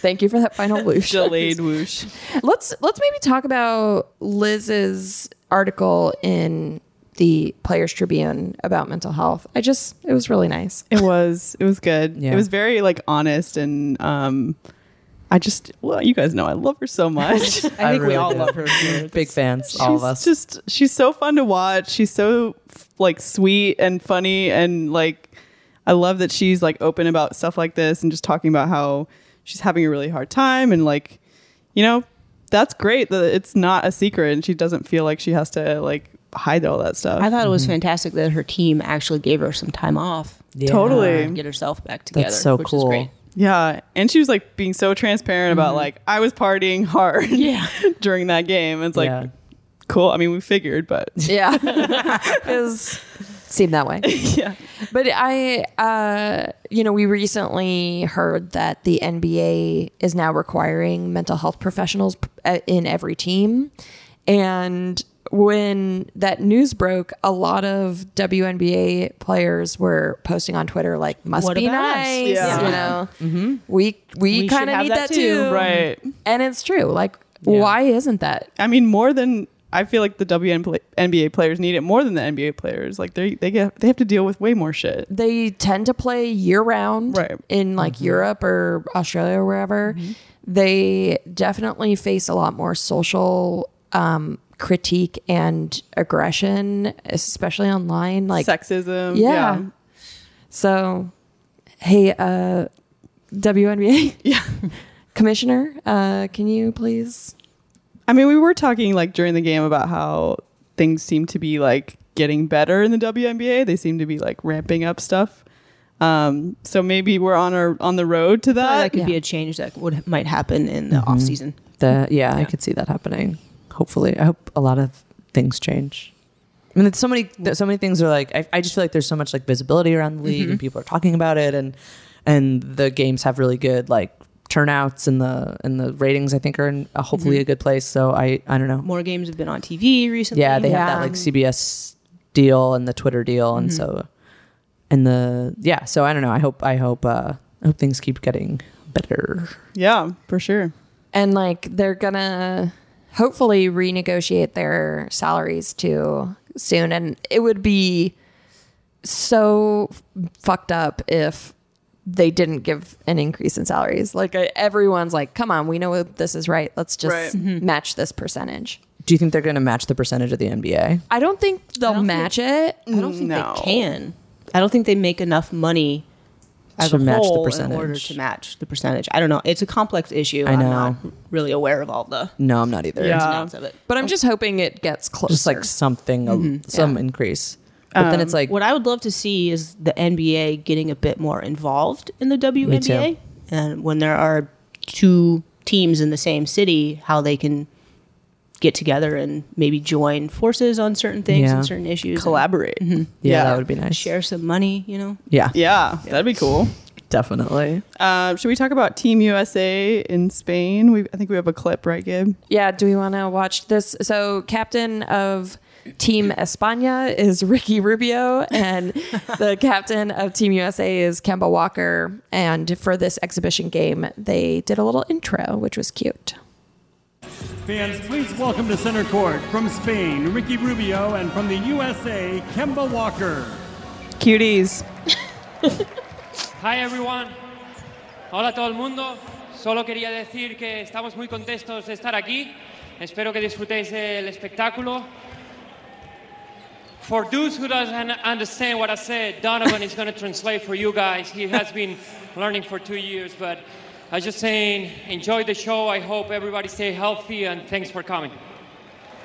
[SPEAKER 1] Thank you for that final whoosh.
[SPEAKER 2] Delayed whoosh.
[SPEAKER 1] Let's let's maybe talk about Liz's article in the Players Tribune about mental health. I just it was really nice.
[SPEAKER 2] It was. It was good.
[SPEAKER 3] Yeah.
[SPEAKER 2] It was very like honest and um I just well, you guys know I love her so
[SPEAKER 3] [laughs]
[SPEAKER 2] much. I think
[SPEAKER 3] I
[SPEAKER 2] we
[SPEAKER 3] really
[SPEAKER 2] all
[SPEAKER 3] do.
[SPEAKER 2] love her.
[SPEAKER 3] Big fans, all of
[SPEAKER 2] She's
[SPEAKER 3] us.
[SPEAKER 2] Just she's so fun to watch. She's so f- like sweet and funny and like I love that she's like open about stuff like this and just talking about how she's having a really hard time and like you know that's great that it's not a secret and she doesn't feel like she has to like hide all that stuff.
[SPEAKER 4] I thought it was
[SPEAKER 3] Mm-hmm.
[SPEAKER 4] fantastic that her team actually gave her some time off.
[SPEAKER 3] Yeah.
[SPEAKER 2] Totally.
[SPEAKER 4] to get herself back together.
[SPEAKER 3] so
[SPEAKER 4] which is
[SPEAKER 3] cool.
[SPEAKER 4] great.
[SPEAKER 2] Yeah, and she was like being so transparent about like I was partying hard
[SPEAKER 4] Yeah.
[SPEAKER 2] [laughs] during that game. It's like
[SPEAKER 3] Yeah.
[SPEAKER 2] cool. I mean, we figured, but
[SPEAKER 1] Yeah. [laughs] it was seemed that [laughs] way.
[SPEAKER 2] yeah,
[SPEAKER 1] But I uh you know, we recently heard that the NBA is now requiring mental health professionals p- uh, in every team and when that news broke, a lot of WNBA players were posting on Twitter like "must
[SPEAKER 4] What
[SPEAKER 1] be
[SPEAKER 4] about us?" Mm-hmm.
[SPEAKER 1] nice,"
[SPEAKER 2] Yeah.
[SPEAKER 1] you know. We we,
[SPEAKER 4] We should
[SPEAKER 1] kind of
[SPEAKER 4] have
[SPEAKER 1] need that,
[SPEAKER 4] that
[SPEAKER 1] too,
[SPEAKER 4] too.
[SPEAKER 2] right.
[SPEAKER 1] And it's true. Like, why isn't that?
[SPEAKER 2] I mean, more than I feel like the WNBA players need it more than the NBA players. Like they they get they have to deal with way more shit.
[SPEAKER 1] they tend to play year round
[SPEAKER 2] Right. Mm-hmm.
[SPEAKER 1] in like Europe or Australia or wherever. They definitely face a lot more social um, critique and aggression, especially online. Like,
[SPEAKER 2] Sexism.
[SPEAKER 1] yeah. So, hey, uh, WNBA
[SPEAKER 2] Yeah.
[SPEAKER 1] [laughs] commissioner, uh, can you please?
[SPEAKER 2] I mean, we were talking like during the game about how things seem to be like getting better in the WNBA. They seem to be like ramping up stuff. Um, so maybe we're on our on the road to
[SPEAKER 4] Probably that
[SPEAKER 2] that.
[SPEAKER 4] could be
[SPEAKER 1] yeah.
[SPEAKER 4] a change that would might happen in the
[SPEAKER 3] Mm-hmm.
[SPEAKER 4] off season.
[SPEAKER 3] That yeah, I could see that happening. Hopefully, I hope a lot of things change. I mean, it's so many, th- so many things are like. I, I just feel like there's so much like visibility around the league, and people are talking about it, and and the games have really good like turnouts, and the and the ratings I think are in a, hopefully a good place. So I I don't know.
[SPEAKER 4] More games have been on TV recently.
[SPEAKER 3] yeah, they have
[SPEAKER 1] Yeah.
[SPEAKER 3] that like CBS deal and the Twitter deal, and so and the yeah. So I don't know. I hope I hope uh, I hope things keep getting better.
[SPEAKER 2] Yeah, for sure.
[SPEAKER 1] And like, they're gonna hopefully renegotiate their salaries too soon. And it would be so f- fucked up if they didn't give an increase in salaries. Like I- everyone's like, "Come on, we know this is right. Let's just
[SPEAKER 2] Right.
[SPEAKER 1] match this percentage."
[SPEAKER 3] Do you think they're going to match the percentage of the NBA?
[SPEAKER 1] I don't think they'll
[SPEAKER 4] don't
[SPEAKER 1] match it.
[SPEAKER 4] I don't think
[SPEAKER 2] No.
[SPEAKER 3] Oh.
[SPEAKER 4] they can. I don't think they make enough money as
[SPEAKER 3] To
[SPEAKER 4] a
[SPEAKER 3] match the
[SPEAKER 4] whole in
[SPEAKER 3] percentage.
[SPEAKER 4] order to match the percentage. I don't know. It's a complex issue. I
[SPEAKER 3] know.
[SPEAKER 4] am not really aware of all the
[SPEAKER 3] No, I'm not either.
[SPEAKER 2] Yeah.
[SPEAKER 4] ins and outs of it.
[SPEAKER 1] But I'm just hoping it gets closer.
[SPEAKER 3] Just like something, a- some increase. But then it's like,
[SPEAKER 4] What I would love to see is the NBA getting a bit more involved in the WNBA,
[SPEAKER 3] too.
[SPEAKER 4] and when there are two teams in the same city, how they can get together and maybe join forces on certain things
[SPEAKER 3] Yeah.
[SPEAKER 4] and certain issues,
[SPEAKER 2] Collaborate.
[SPEAKER 3] yeah,
[SPEAKER 2] yeah.
[SPEAKER 3] that would be
[SPEAKER 4] and
[SPEAKER 3] nice.
[SPEAKER 4] share some money. You know,
[SPEAKER 3] Yeah,
[SPEAKER 2] Yeah, that'd be cool.
[SPEAKER 3] definitely.
[SPEAKER 2] Uh, should we talk about Team USA in Spain? We I think we have a clip, right, Gib?
[SPEAKER 1] Yeah, do we want to watch this? So, captain of Team España is [laughs] Ricky Rubio, and the
[SPEAKER 2] [laughs]
[SPEAKER 1] captain of Team USA is Kemba Walker. And for this exhibition game, they did a little intro, which was cute.
[SPEAKER 6] Fans, please welcome to center court from Spain, Ricky Rubio, and from the USA, Kemba Walker.
[SPEAKER 2] Cuties.
[SPEAKER 8] Hi everyone. Hola a todo el mundo. Solo quería decir que estamos muy contentos de estar aquí. Espero que disfrutéis del espectáculo. For those who doesn't understand what I said, Donovan is going to translate for you guys. He has been learning for two years, but I was just saying, enjoy the show. I hope everybody stay healthy and thanks for coming.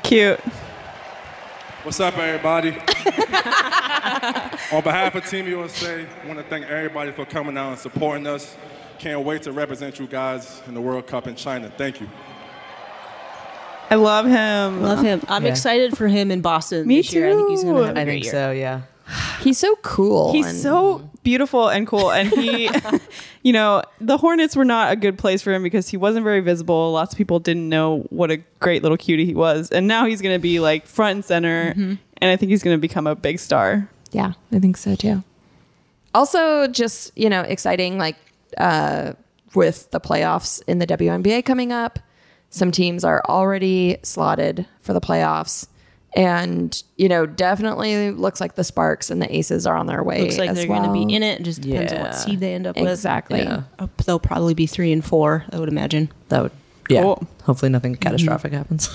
[SPEAKER 2] Cute.
[SPEAKER 9] What's up, everybody? [laughs] On behalf of Team USA, I want to thank everybody for coming out and supporting us. Can't wait to represent you guys in the World Cup in China. Thank you.
[SPEAKER 2] I love him.
[SPEAKER 4] Love him. Uh-huh. I'm
[SPEAKER 3] Yeah.
[SPEAKER 4] excited for him in Boston
[SPEAKER 2] Me
[SPEAKER 4] this year. I think he's gonna
[SPEAKER 2] too.
[SPEAKER 4] have a
[SPEAKER 3] I
[SPEAKER 4] great
[SPEAKER 3] think
[SPEAKER 4] year.
[SPEAKER 3] so. Yeah.
[SPEAKER 1] He's so cool. and-
[SPEAKER 2] He's so beautiful and cool. And he, you know, the Hornets were not a good place for him because he wasn't very visible. Lots of people didn't know what a great little cutie he was. And now he's going to be like front and center. And I think he's going to become a big star.
[SPEAKER 1] Yeah, I think so too. Also, just you know, exciting like uh, with the playoffs in the WNBA coming up. Some teams are already slotted for the playoffs, and you know, definitely looks like the Sparks and the Aces are on their way.
[SPEAKER 4] Looks like
[SPEAKER 1] as
[SPEAKER 4] they're
[SPEAKER 1] well.
[SPEAKER 4] going to be in it. It just depends on
[SPEAKER 3] Yeah.
[SPEAKER 4] what seed they end up
[SPEAKER 1] Exactly.
[SPEAKER 4] with. Exactly. They'll probably be three and four, I would imagine.
[SPEAKER 3] That would. Yeah.
[SPEAKER 2] Cool.
[SPEAKER 3] Hopefully nothing catastrophic happens.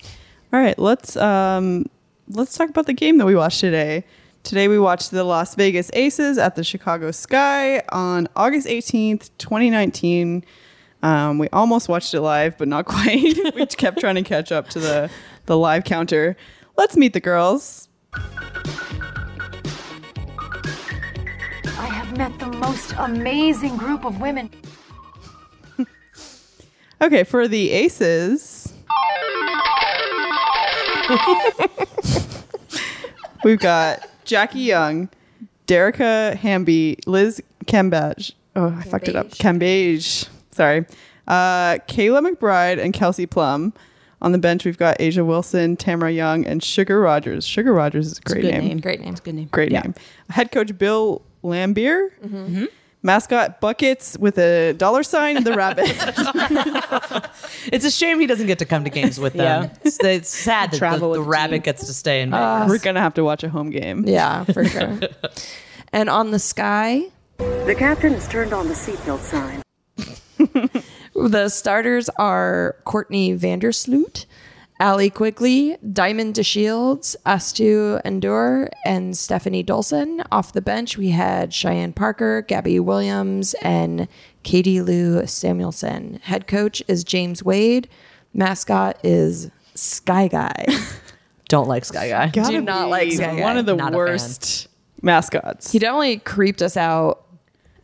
[SPEAKER 3] [laughs]
[SPEAKER 2] All right, let's um, let's talk about the game that we watched today. Today we watched the Las Vegas Aces at the Chicago Sky on August eighteenth, twenty nineteen. Um, we almost watched it live, but not [laughs] quite. we kept trying to catch up to the the live counter. Let's meet the girls.
[SPEAKER 10] I have met the most amazing group of women.
[SPEAKER 2] Okay, for the Aces. [laughs] We've got Jackie Young, Derica Hamby, Liz Cambage. Oh, I fucked it up. Cambage. Sorry. Uh, Kayla McBride and Kelsey Plum. On the bench, we've got Asia Wilson, Tamara Young, and Sugar Rogers. Sugar Rogers is a great
[SPEAKER 4] Good
[SPEAKER 2] name.
[SPEAKER 4] name.
[SPEAKER 1] Great name.
[SPEAKER 4] It's a good name.
[SPEAKER 2] Great name. Head coach Bill Lambier. Mascot Buckets with a dollar sign and the rabbit.
[SPEAKER 3] It's a shame he doesn't get to come to games [laughs] with them.
[SPEAKER 4] Yeah.
[SPEAKER 3] It's, it's sad that
[SPEAKER 4] Travel with
[SPEAKER 3] the, the Ah.
[SPEAKER 4] the
[SPEAKER 3] rabbit
[SPEAKER 4] team.
[SPEAKER 3] gets to stay in Vegas.
[SPEAKER 2] We're gonna have to watch a home game.
[SPEAKER 1] Yeah, for sure. and on the sky,
[SPEAKER 5] The captain has turned on the seatbelt sign.
[SPEAKER 1] [laughs] The starters are Courtney Vandersloot, Allie Quigley, Diamond DeShields, Astu Endor, and Stephanie Dolson. Off the bench, we had Cheyenne Parker, Gabby Williams, and Katie Lou Samuelson. Head coach is James Wade. Mascot is Sky Guy. [laughs]
[SPEAKER 3] Don't like Sky [laughs] Guy.
[SPEAKER 1] Do not like Sky
[SPEAKER 2] one
[SPEAKER 1] Guy.
[SPEAKER 2] of the
[SPEAKER 3] Not a fan.
[SPEAKER 2] worst mascots.
[SPEAKER 1] He definitely creeped us out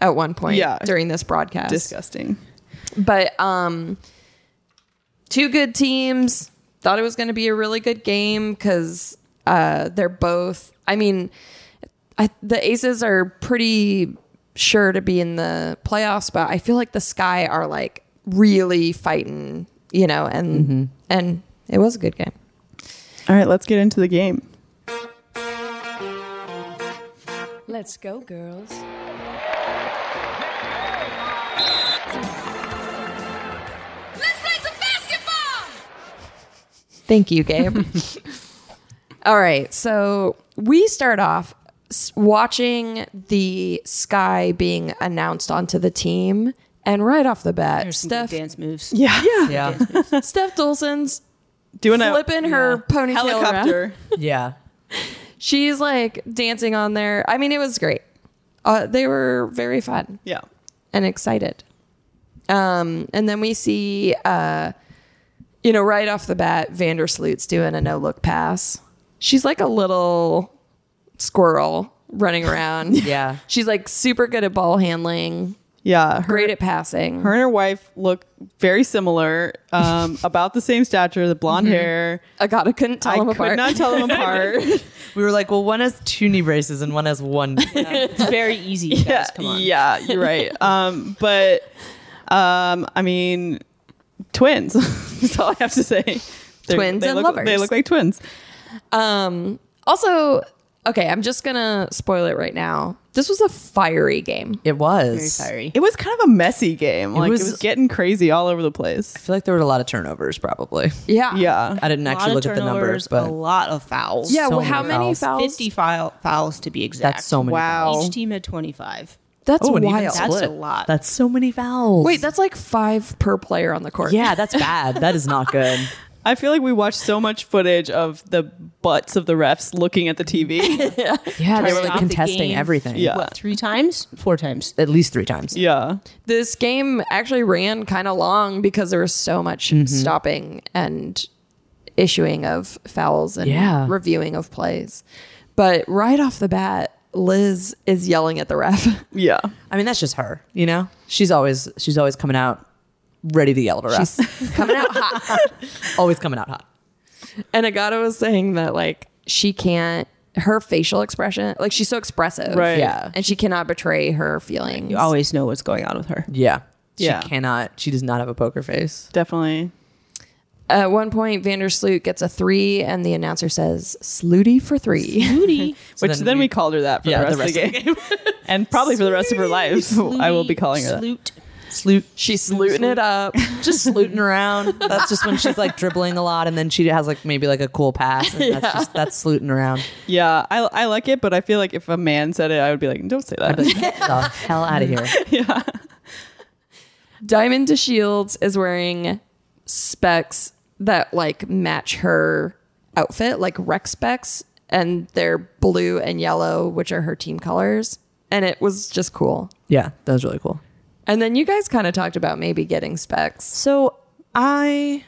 [SPEAKER 1] at one point
[SPEAKER 2] Yeah.
[SPEAKER 1] during this broadcast.
[SPEAKER 2] Disgusting.
[SPEAKER 1] But um two good teams. Thought it was going to be a really good game cuz uh they're both I mean I, the Aces are pretty sure to be in the playoffs, but I feel like the Sky are like really fighting, you know, and and it was a good game.
[SPEAKER 2] All right, let's get into the game.
[SPEAKER 10] Let's go, girls. Let's play some basketball!
[SPEAKER 1] Thank you,
[SPEAKER 4] [laughs]
[SPEAKER 1] Gabe. All right. So we start off s- watching the sky being announced onto the team. And right off the bat,
[SPEAKER 4] There's some good
[SPEAKER 1] Steph,
[SPEAKER 4] dance moves.
[SPEAKER 2] Yeah, yeah.
[SPEAKER 3] [laughs] Yeah.
[SPEAKER 1] Steph Dolson's
[SPEAKER 2] Doing a
[SPEAKER 1] flipping her ponytail around.
[SPEAKER 2] helicopter.
[SPEAKER 3] yeah.
[SPEAKER 1] She's like dancing on there. I mean, it was great. Uh, they were very fun
[SPEAKER 2] Yeah,
[SPEAKER 1] and excited. Um, and then we see, uh, you know, right off the bat, Vandersloot's doing a no look pass. She's like a little squirrel running around.
[SPEAKER 3] [laughs] Yeah.
[SPEAKER 1] She's like super good at ball handling,
[SPEAKER 2] yeah. Her,
[SPEAKER 1] great at passing.
[SPEAKER 2] her and her wife look very similar.
[SPEAKER 1] [laughs]
[SPEAKER 2] Um, about the same stature, the blonde hair.
[SPEAKER 1] I got, I couldn't Mm-hmm. tell
[SPEAKER 2] I
[SPEAKER 1] them
[SPEAKER 2] could
[SPEAKER 1] apart.
[SPEAKER 2] not tell them apart.
[SPEAKER 3] We were like, well, one has two knee braces and one has one.
[SPEAKER 4] It's very easy, guys.
[SPEAKER 2] yeah,
[SPEAKER 4] Come
[SPEAKER 2] [laughs]
[SPEAKER 4] on.
[SPEAKER 2] yeah, you're right. Um, but um, I mean, twins. [laughs] That's all I have to say. They're-
[SPEAKER 1] Twins
[SPEAKER 2] they
[SPEAKER 1] and
[SPEAKER 2] look,
[SPEAKER 1] lovers.
[SPEAKER 2] They look like twins.
[SPEAKER 1] Um, [laughs] also, okay, I'm just gonna spoil it right now. This was a fiery game.
[SPEAKER 3] [laughs] It was.
[SPEAKER 4] Sorry.
[SPEAKER 2] It was kind of a messy game. Like it was,
[SPEAKER 3] was-
[SPEAKER 2] getting crazy all over the place.
[SPEAKER 3] I feel like there were a lot of turnovers, probably.
[SPEAKER 1] Yeah,
[SPEAKER 2] Yeah.
[SPEAKER 3] I didn't
[SPEAKER 4] A lot
[SPEAKER 3] actually
[SPEAKER 4] of
[SPEAKER 3] look at the
[SPEAKER 4] turnovers,
[SPEAKER 3] numbers, but
[SPEAKER 4] a lot of fouls.
[SPEAKER 1] yeah.
[SPEAKER 3] So
[SPEAKER 1] well, how
[SPEAKER 3] many
[SPEAKER 1] many
[SPEAKER 3] fouls.
[SPEAKER 1] fouls?
[SPEAKER 4] fifty foul, fouls to be exact.
[SPEAKER 3] that's so many.
[SPEAKER 2] Wow.
[SPEAKER 3] fouls.
[SPEAKER 4] Each team had twenty-five.
[SPEAKER 1] That's
[SPEAKER 3] Oh, and even
[SPEAKER 1] wild.
[SPEAKER 4] That's
[SPEAKER 3] split.
[SPEAKER 4] a lot.
[SPEAKER 3] That's so many fouls.
[SPEAKER 1] Wait, that's like five per player on the court.
[SPEAKER 3] [laughs] yeah, that's bad. That is not good.
[SPEAKER 2] I feel like we watched so much footage of the butts of the refs looking at the [laughs] TV.
[SPEAKER 3] Yeah, they were
[SPEAKER 4] Stop
[SPEAKER 3] like
[SPEAKER 4] the
[SPEAKER 3] contesting
[SPEAKER 4] game.
[SPEAKER 3] everything.
[SPEAKER 2] Yeah.
[SPEAKER 4] What? Three times? Four times?
[SPEAKER 3] at least three times.
[SPEAKER 2] yeah.
[SPEAKER 1] this game actually ran kind of long because there was so much stopping and issuing of fouls and
[SPEAKER 3] Yeah.
[SPEAKER 1] reviewing of plays. But right off the bat, Liz is yelling at the ref. [laughs]
[SPEAKER 2] Yeah.
[SPEAKER 3] I mean, that's just her. You know, she's always she's always coming out ready to yell at her.
[SPEAKER 1] She's coming out hot.
[SPEAKER 3] always coming out hot.
[SPEAKER 1] And Agata was saying that like she can't her facial expression, like she's so expressive.
[SPEAKER 2] Right.
[SPEAKER 3] Yeah.
[SPEAKER 1] And she cannot betray her feelings.
[SPEAKER 4] You always know what's going on with her.
[SPEAKER 3] Yeah.
[SPEAKER 2] Yeah.
[SPEAKER 3] She cannot. She does not have a poker face.
[SPEAKER 2] Definitely.
[SPEAKER 1] At one point, Vandersloot gets a three, and the announcer says, Slooty for three.
[SPEAKER 4] Booty.
[SPEAKER 2] Which
[SPEAKER 3] then
[SPEAKER 2] then we,
[SPEAKER 3] we-
[SPEAKER 2] called her that for
[SPEAKER 3] Yeah,
[SPEAKER 2] the, rest of the game. [laughs] and probably for the rest of her life. [laughs] I will be calling her that.
[SPEAKER 4] Sloot.
[SPEAKER 3] Sloot.
[SPEAKER 1] [laughs] She's slooting it up.
[SPEAKER 3] just slooting
[SPEAKER 4] [laughs]
[SPEAKER 3] around. That's just when she's like dribbling a lot, and then she has like maybe like a cool pass, and that's just that's slooting around.
[SPEAKER 2] Yeah. I, I like it, but I feel like if a man said it, I would be like, don't say that.
[SPEAKER 3] But get
[SPEAKER 4] [laughs]
[SPEAKER 3] the hell out of here.
[SPEAKER 1] Diamond to Shields is wearing specs that like match her outfit, like rec specs, and they're blue and yellow, which are her team colors. And it was just cool.
[SPEAKER 3] Yeah, that was really cool.
[SPEAKER 1] And then you guys kind of talked about maybe getting specs.
[SPEAKER 3] So I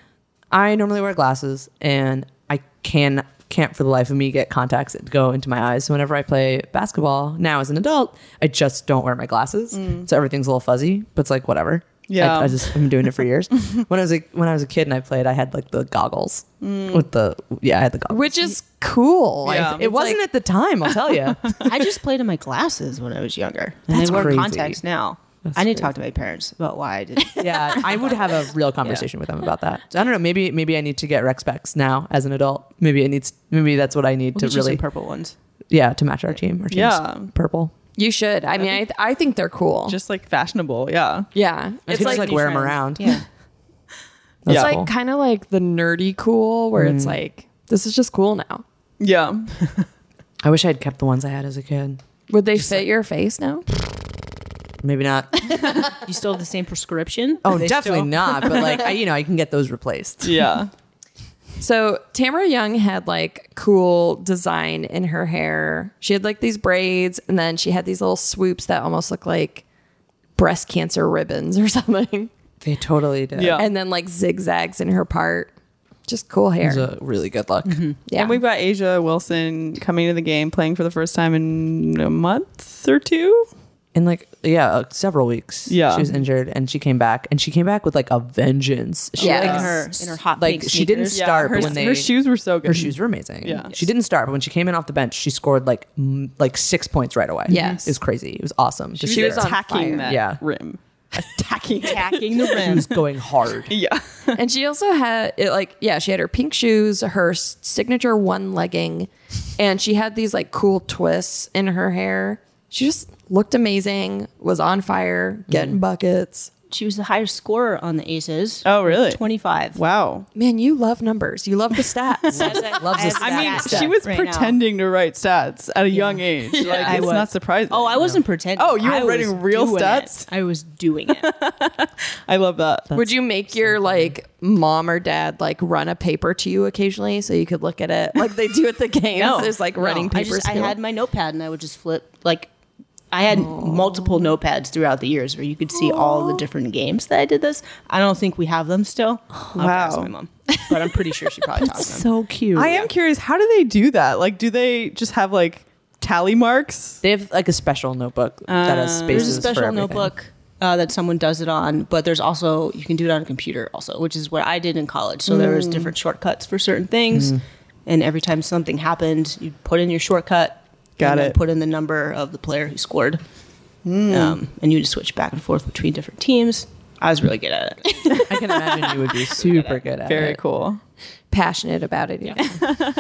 [SPEAKER 3] I normally wear glasses and I can can't for the life of me get contacts that go into my eyes. So whenever I play basketball now as an adult, I just don't wear my glasses. So everything's a little fuzzy, but it's like whatever.
[SPEAKER 2] Yeah.
[SPEAKER 3] I, I just I've been doing it for years. when I was a when I was a kid and I played, I had like the goggles with the yeah, I had the goggles.
[SPEAKER 1] Which is cool. I
[SPEAKER 2] Yeah.
[SPEAKER 1] think.
[SPEAKER 3] it wasn't at the time, I'll tell you.
[SPEAKER 4] I just played in my glasses when I was younger. And
[SPEAKER 3] That's
[SPEAKER 4] I wear
[SPEAKER 3] crazy.
[SPEAKER 4] contacts now. I need to talk to my parents about why
[SPEAKER 2] [laughs]
[SPEAKER 4] I did.
[SPEAKER 3] yeah, I would have a real conversation with them about that. So I don't know. Maybe maybe I need to get rec specs now as an adult. Maybe it needs. Maybe that's what I need to really.
[SPEAKER 4] purple ones.
[SPEAKER 3] yeah to match our team. Our team's
[SPEAKER 2] Yeah.
[SPEAKER 3] purple.
[SPEAKER 1] You should. I mean, I, th- I think they're cool.
[SPEAKER 2] [laughs] Just like fashionable. Yeah.
[SPEAKER 1] yeah.
[SPEAKER 3] It's
[SPEAKER 1] It's
[SPEAKER 3] just
[SPEAKER 1] like,
[SPEAKER 3] like wear them around.
[SPEAKER 4] Yeah.
[SPEAKER 3] That's
[SPEAKER 2] Yeah. Mm.
[SPEAKER 1] it's
[SPEAKER 3] cool.
[SPEAKER 1] like kind of like the nerdy cool where it's like, this is just cool now.
[SPEAKER 2] Yeah.
[SPEAKER 3] I wish I had kept the ones I had as a kid.
[SPEAKER 1] Would they fit your face now?
[SPEAKER 3] Maybe not.
[SPEAKER 4] You still have the same prescription?
[SPEAKER 3] Oh,
[SPEAKER 4] They
[SPEAKER 3] definitely
[SPEAKER 4] still-
[SPEAKER 3] not. But like, I, you know, I can get
[SPEAKER 2] [laughs]
[SPEAKER 3] those replaced.
[SPEAKER 2] Yeah.
[SPEAKER 1] So Tamara Young had like cool design in her hair. She had like these braids and then she had these little swoops that almost look like breast cancer ribbons or [laughs] something.
[SPEAKER 3] They totally did.
[SPEAKER 2] Yeah.
[SPEAKER 1] And then like zigzags in her part. Just cool hair.
[SPEAKER 3] It was a really good look.
[SPEAKER 1] yeah.
[SPEAKER 2] And we've got Asia Wilson coming to the game playing for the first time in a month or two.
[SPEAKER 3] In like, yeah, uh, several weeks.
[SPEAKER 2] Yeah.
[SPEAKER 3] She was injured and she came back and she came back with like a vengeance. She
[SPEAKER 1] Yeah.
[SPEAKER 3] like
[SPEAKER 1] In
[SPEAKER 4] her- in her hot
[SPEAKER 3] like
[SPEAKER 4] pink
[SPEAKER 3] she didn't
[SPEAKER 4] sneakers.
[SPEAKER 3] start
[SPEAKER 2] her,
[SPEAKER 3] but when they
[SPEAKER 2] her shoes were so good.
[SPEAKER 3] her shoes were amazing.
[SPEAKER 2] Yeah.
[SPEAKER 3] She didn't start, but when she came in off the bench, she scored like m- like six points right away.
[SPEAKER 1] Yes.
[SPEAKER 3] It was crazy. It was awesome. Just
[SPEAKER 1] She was
[SPEAKER 3] there.
[SPEAKER 1] on fire.
[SPEAKER 2] attacking that [laughs]
[SPEAKER 3] Yeah.
[SPEAKER 2] rim. Attacking. [laughs]
[SPEAKER 4] Attacking the
[SPEAKER 3] She
[SPEAKER 4] rim.
[SPEAKER 3] was going hard.
[SPEAKER 2] yeah.
[SPEAKER 1] and she also had it like yeah she had her pink shoes her s- signature one legging and she had these like cool twists in her hair she just looked amazing was on fire getting buckets
[SPEAKER 4] She was the highest scorer on the Aces.
[SPEAKER 2] Oh, really?
[SPEAKER 4] 25.
[SPEAKER 2] Wow.
[SPEAKER 1] man you love numbers you love the stats
[SPEAKER 2] [laughs]
[SPEAKER 3] Loves us.
[SPEAKER 2] I mean,
[SPEAKER 4] stat
[SPEAKER 2] she was
[SPEAKER 4] right now.
[SPEAKER 2] pretending to write stats at a young age.
[SPEAKER 4] [laughs]
[SPEAKER 2] Like,
[SPEAKER 4] I
[SPEAKER 2] it's
[SPEAKER 4] was.
[SPEAKER 2] not surprising.
[SPEAKER 4] Oh, I wasn't pretending.
[SPEAKER 2] Oh, you were
[SPEAKER 4] I was
[SPEAKER 2] writing real
[SPEAKER 4] doing it.
[SPEAKER 2] stats?
[SPEAKER 4] I was doing it.
[SPEAKER 2] I love that.
[SPEAKER 1] [laughs] would you make your like mom or dad like run a paper to you occasionally so you could look at it like they do at the [laughs] games there's like running
[SPEAKER 4] I
[SPEAKER 1] papers
[SPEAKER 4] just- I
[SPEAKER 1] to-
[SPEAKER 4] had my notepad and I would just flip like I had
[SPEAKER 1] Oh.
[SPEAKER 4] multiple notepads throughout the years where you could see all the different games that I did this. I don't think we have them still. I'll have to ask
[SPEAKER 2] Wow.
[SPEAKER 4] my mom, but I'm pretty sure
[SPEAKER 1] [laughs]
[SPEAKER 4] she probably taught them.
[SPEAKER 3] so cute.
[SPEAKER 2] I am curious. How do they do that? Like, do they just have like tally marks?
[SPEAKER 3] They have like a special notebook that has spaces
[SPEAKER 4] there's a
[SPEAKER 3] for
[SPEAKER 4] special
[SPEAKER 3] everything.
[SPEAKER 4] notebook uh, that someone does it on, but there's also you can do it on a computer also, which is what I did in college. So there
[SPEAKER 3] Mm.
[SPEAKER 4] was different shortcuts for certain things, and every time something happened, you put in your shortcut.
[SPEAKER 2] Got
[SPEAKER 4] and then
[SPEAKER 2] it.
[SPEAKER 4] Put in the number of the player who scored,
[SPEAKER 3] Mm.
[SPEAKER 4] um, and you just switch back and forth between different teams. I was really good at it.
[SPEAKER 3] I [laughs] can imagine you would be super good at it.
[SPEAKER 2] Very cool.
[SPEAKER 1] passionate about it. Yeah. [laughs]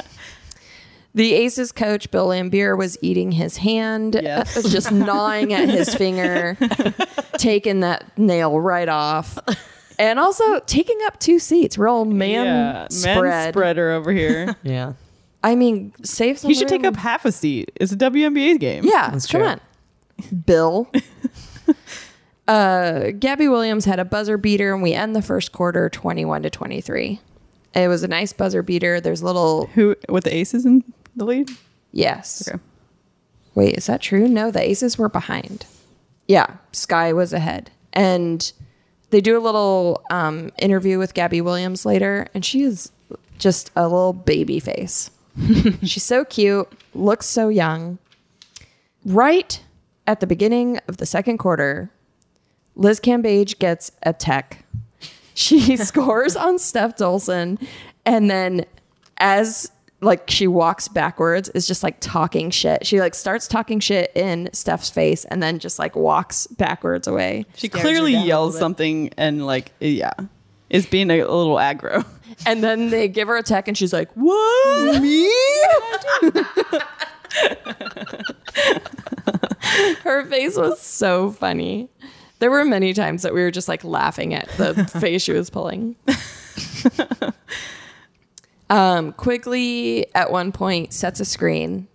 [SPEAKER 1] The Aces coach, Bill Lambier, was eating his hand,
[SPEAKER 2] Yes.
[SPEAKER 1] [laughs] just gnawing at his [laughs] finger, taking that nail right off. And also taking up two seats, real man
[SPEAKER 2] yeah,
[SPEAKER 1] spread.
[SPEAKER 2] man spreader over
[SPEAKER 4] [laughs]
[SPEAKER 2] here.
[SPEAKER 3] Yeah.
[SPEAKER 1] I mean, save some.
[SPEAKER 2] he should take
[SPEAKER 1] room.
[SPEAKER 2] up half a seat. It's a WNBA game.
[SPEAKER 1] Yeah,
[SPEAKER 3] That's
[SPEAKER 1] come
[SPEAKER 3] true.
[SPEAKER 1] on, Bill. [laughs] uh, Gabby Williams had a buzzer beater, and we end the first quarter twenty-one to twenty-three. It was a nice buzzer beater. There's little
[SPEAKER 2] Who with the aces in the lead?
[SPEAKER 1] yes.
[SPEAKER 2] Okay.
[SPEAKER 1] Wait, is that true? No, the aces were behind. Yeah, Sky was ahead, and they do a little um, interview with Gabby Williams later, and she is just a little baby face. She's so cute, looks so young. Right at the beginning of the second quarter, Liz Cambage gets a tech. She scores on Steph Dolson and then as like she walks backwards is just like talking shit. She like starts talking shit in Steph's face and then just like walks backwards away.
[SPEAKER 2] She clearly yells something and like yeah, is being a, little
[SPEAKER 4] [laughs]
[SPEAKER 2] aggro.
[SPEAKER 1] And then they give her a tech and she's like, "What?
[SPEAKER 2] [laughs]
[SPEAKER 1] Me?"
[SPEAKER 4] [laughs]
[SPEAKER 1] her face was so funny. There were many times that we were just like laughing at the face she was pulling. um, Quigley at one point sets a screen,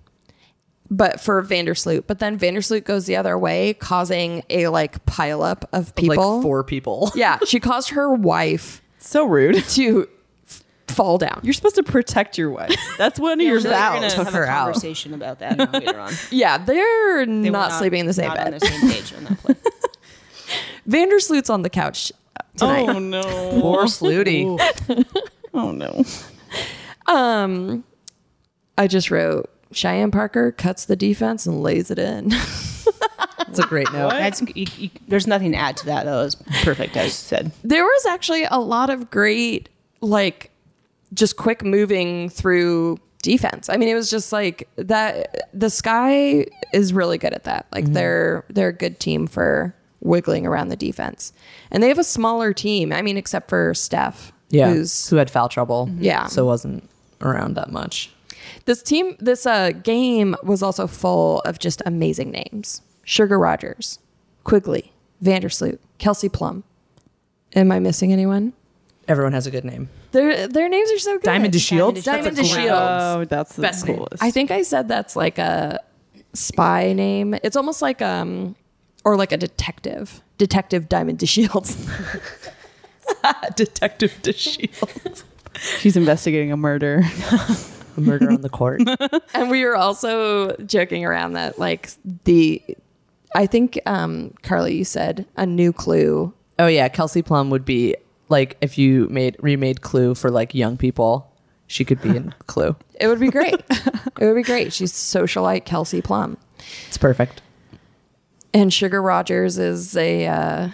[SPEAKER 1] but for Vandersloot. But then Vandersloot goes the other way, causing a like pileup of people.
[SPEAKER 3] Like four people. [laughs]
[SPEAKER 1] yeah, she caused her wife
[SPEAKER 2] so rude.
[SPEAKER 1] to f- fall down.
[SPEAKER 2] You're supposed to protect your wife. That's one of your
[SPEAKER 4] You're gonna
[SPEAKER 2] vows.
[SPEAKER 4] have
[SPEAKER 3] Took her
[SPEAKER 4] a
[SPEAKER 3] out.
[SPEAKER 4] conversation about that later
[SPEAKER 3] [laughs]
[SPEAKER 4] on.
[SPEAKER 1] Yeah, they're
[SPEAKER 4] They were
[SPEAKER 1] not, sleeping in the same
[SPEAKER 4] not
[SPEAKER 1] bed.
[SPEAKER 4] On the same page on that play.
[SPEAKER 1] Vandersloot's on the couch tonight.
[SPEAKER 2] Oh
[SPEAKER 4] [laughs]
[SPEAKER 2] no.
[SPEAKER 3] Poor Slooty.
[SPEAKER 2] Oh no.
[SPEAKER 1] Um, I just wrote Cheyenne Parker cuts the defense and lays it in.
[SPEAKER 3] That's a great note.
[SPEAKER 4] That's, you, you, there's nothing to add to that. That was perfect, as you said.
[SPEAKER 1] there was actually a lot of great, like, just quick moving through defense. I mean, it was just like that. The sky is really good at that. Like, they're they're a good team for wiggling around the defense, and they have a smaller team. I mean, except for Steph,
[SPEAKER 3] Yeah.
[SPEAKER 1] who's
[SPEAKER 3] Who had foul trouble.
[SPEAKER 4] Mm-hmm.
[SPEAKER 1] Yeah.
[SPEAKER 3] So wasn't around that much.
[SPEAKER 1] This team, this uh, game was also full of just amazing names: Sugar Rogers, Quigley, Vandersloot, Kelsey Plum. Am I missing anyone?
[SPEAKER 3] Everyone has a good name.
[SPEAKER 1] Their their names are so good.
[SPEAKER 3] Diamond to Shield.
[SPEAKER 1] Diamond
[SPEAKER 3] That's a
[SPEAKER 1] to
[SPEAKER 3] great-
[SPEAKER 1] Shields.
[SPEAKER 2] Oh, that's the
[SPEAKER 3] Best name.
[SPEAKER 2] coolest.
[SPEAKER 1] I think I said that's like a spy name. It's almost like um, or like a detective. Detective Diamond to Shields.
[SPEAKER 3] Detective DeShields.
[SPEAKER 2] She's investigating a murder.
[SPEAKER 3] a murder on the court.
[SPEAKER 1] [laughs] and we were also joking around that like the, I think um, Carly, you said a new clue
[SPEAKER 3] [laughs] Oh yeah, Kelsey Plum would be like if you made remade Clue for like young people, she could be
[SPEAKER 4] [laughs]
[SPEAKER 3] in Clue.
[SPEAKER 1] It would be great.
[SPEAKER 3] [laughs]
[SPEAKER 1] it would be great. She's socialite Kelsey Plum.
[SPEAKER 3] It's perfect.
[SPEAKER 1] And Sugar Rogers is a uh,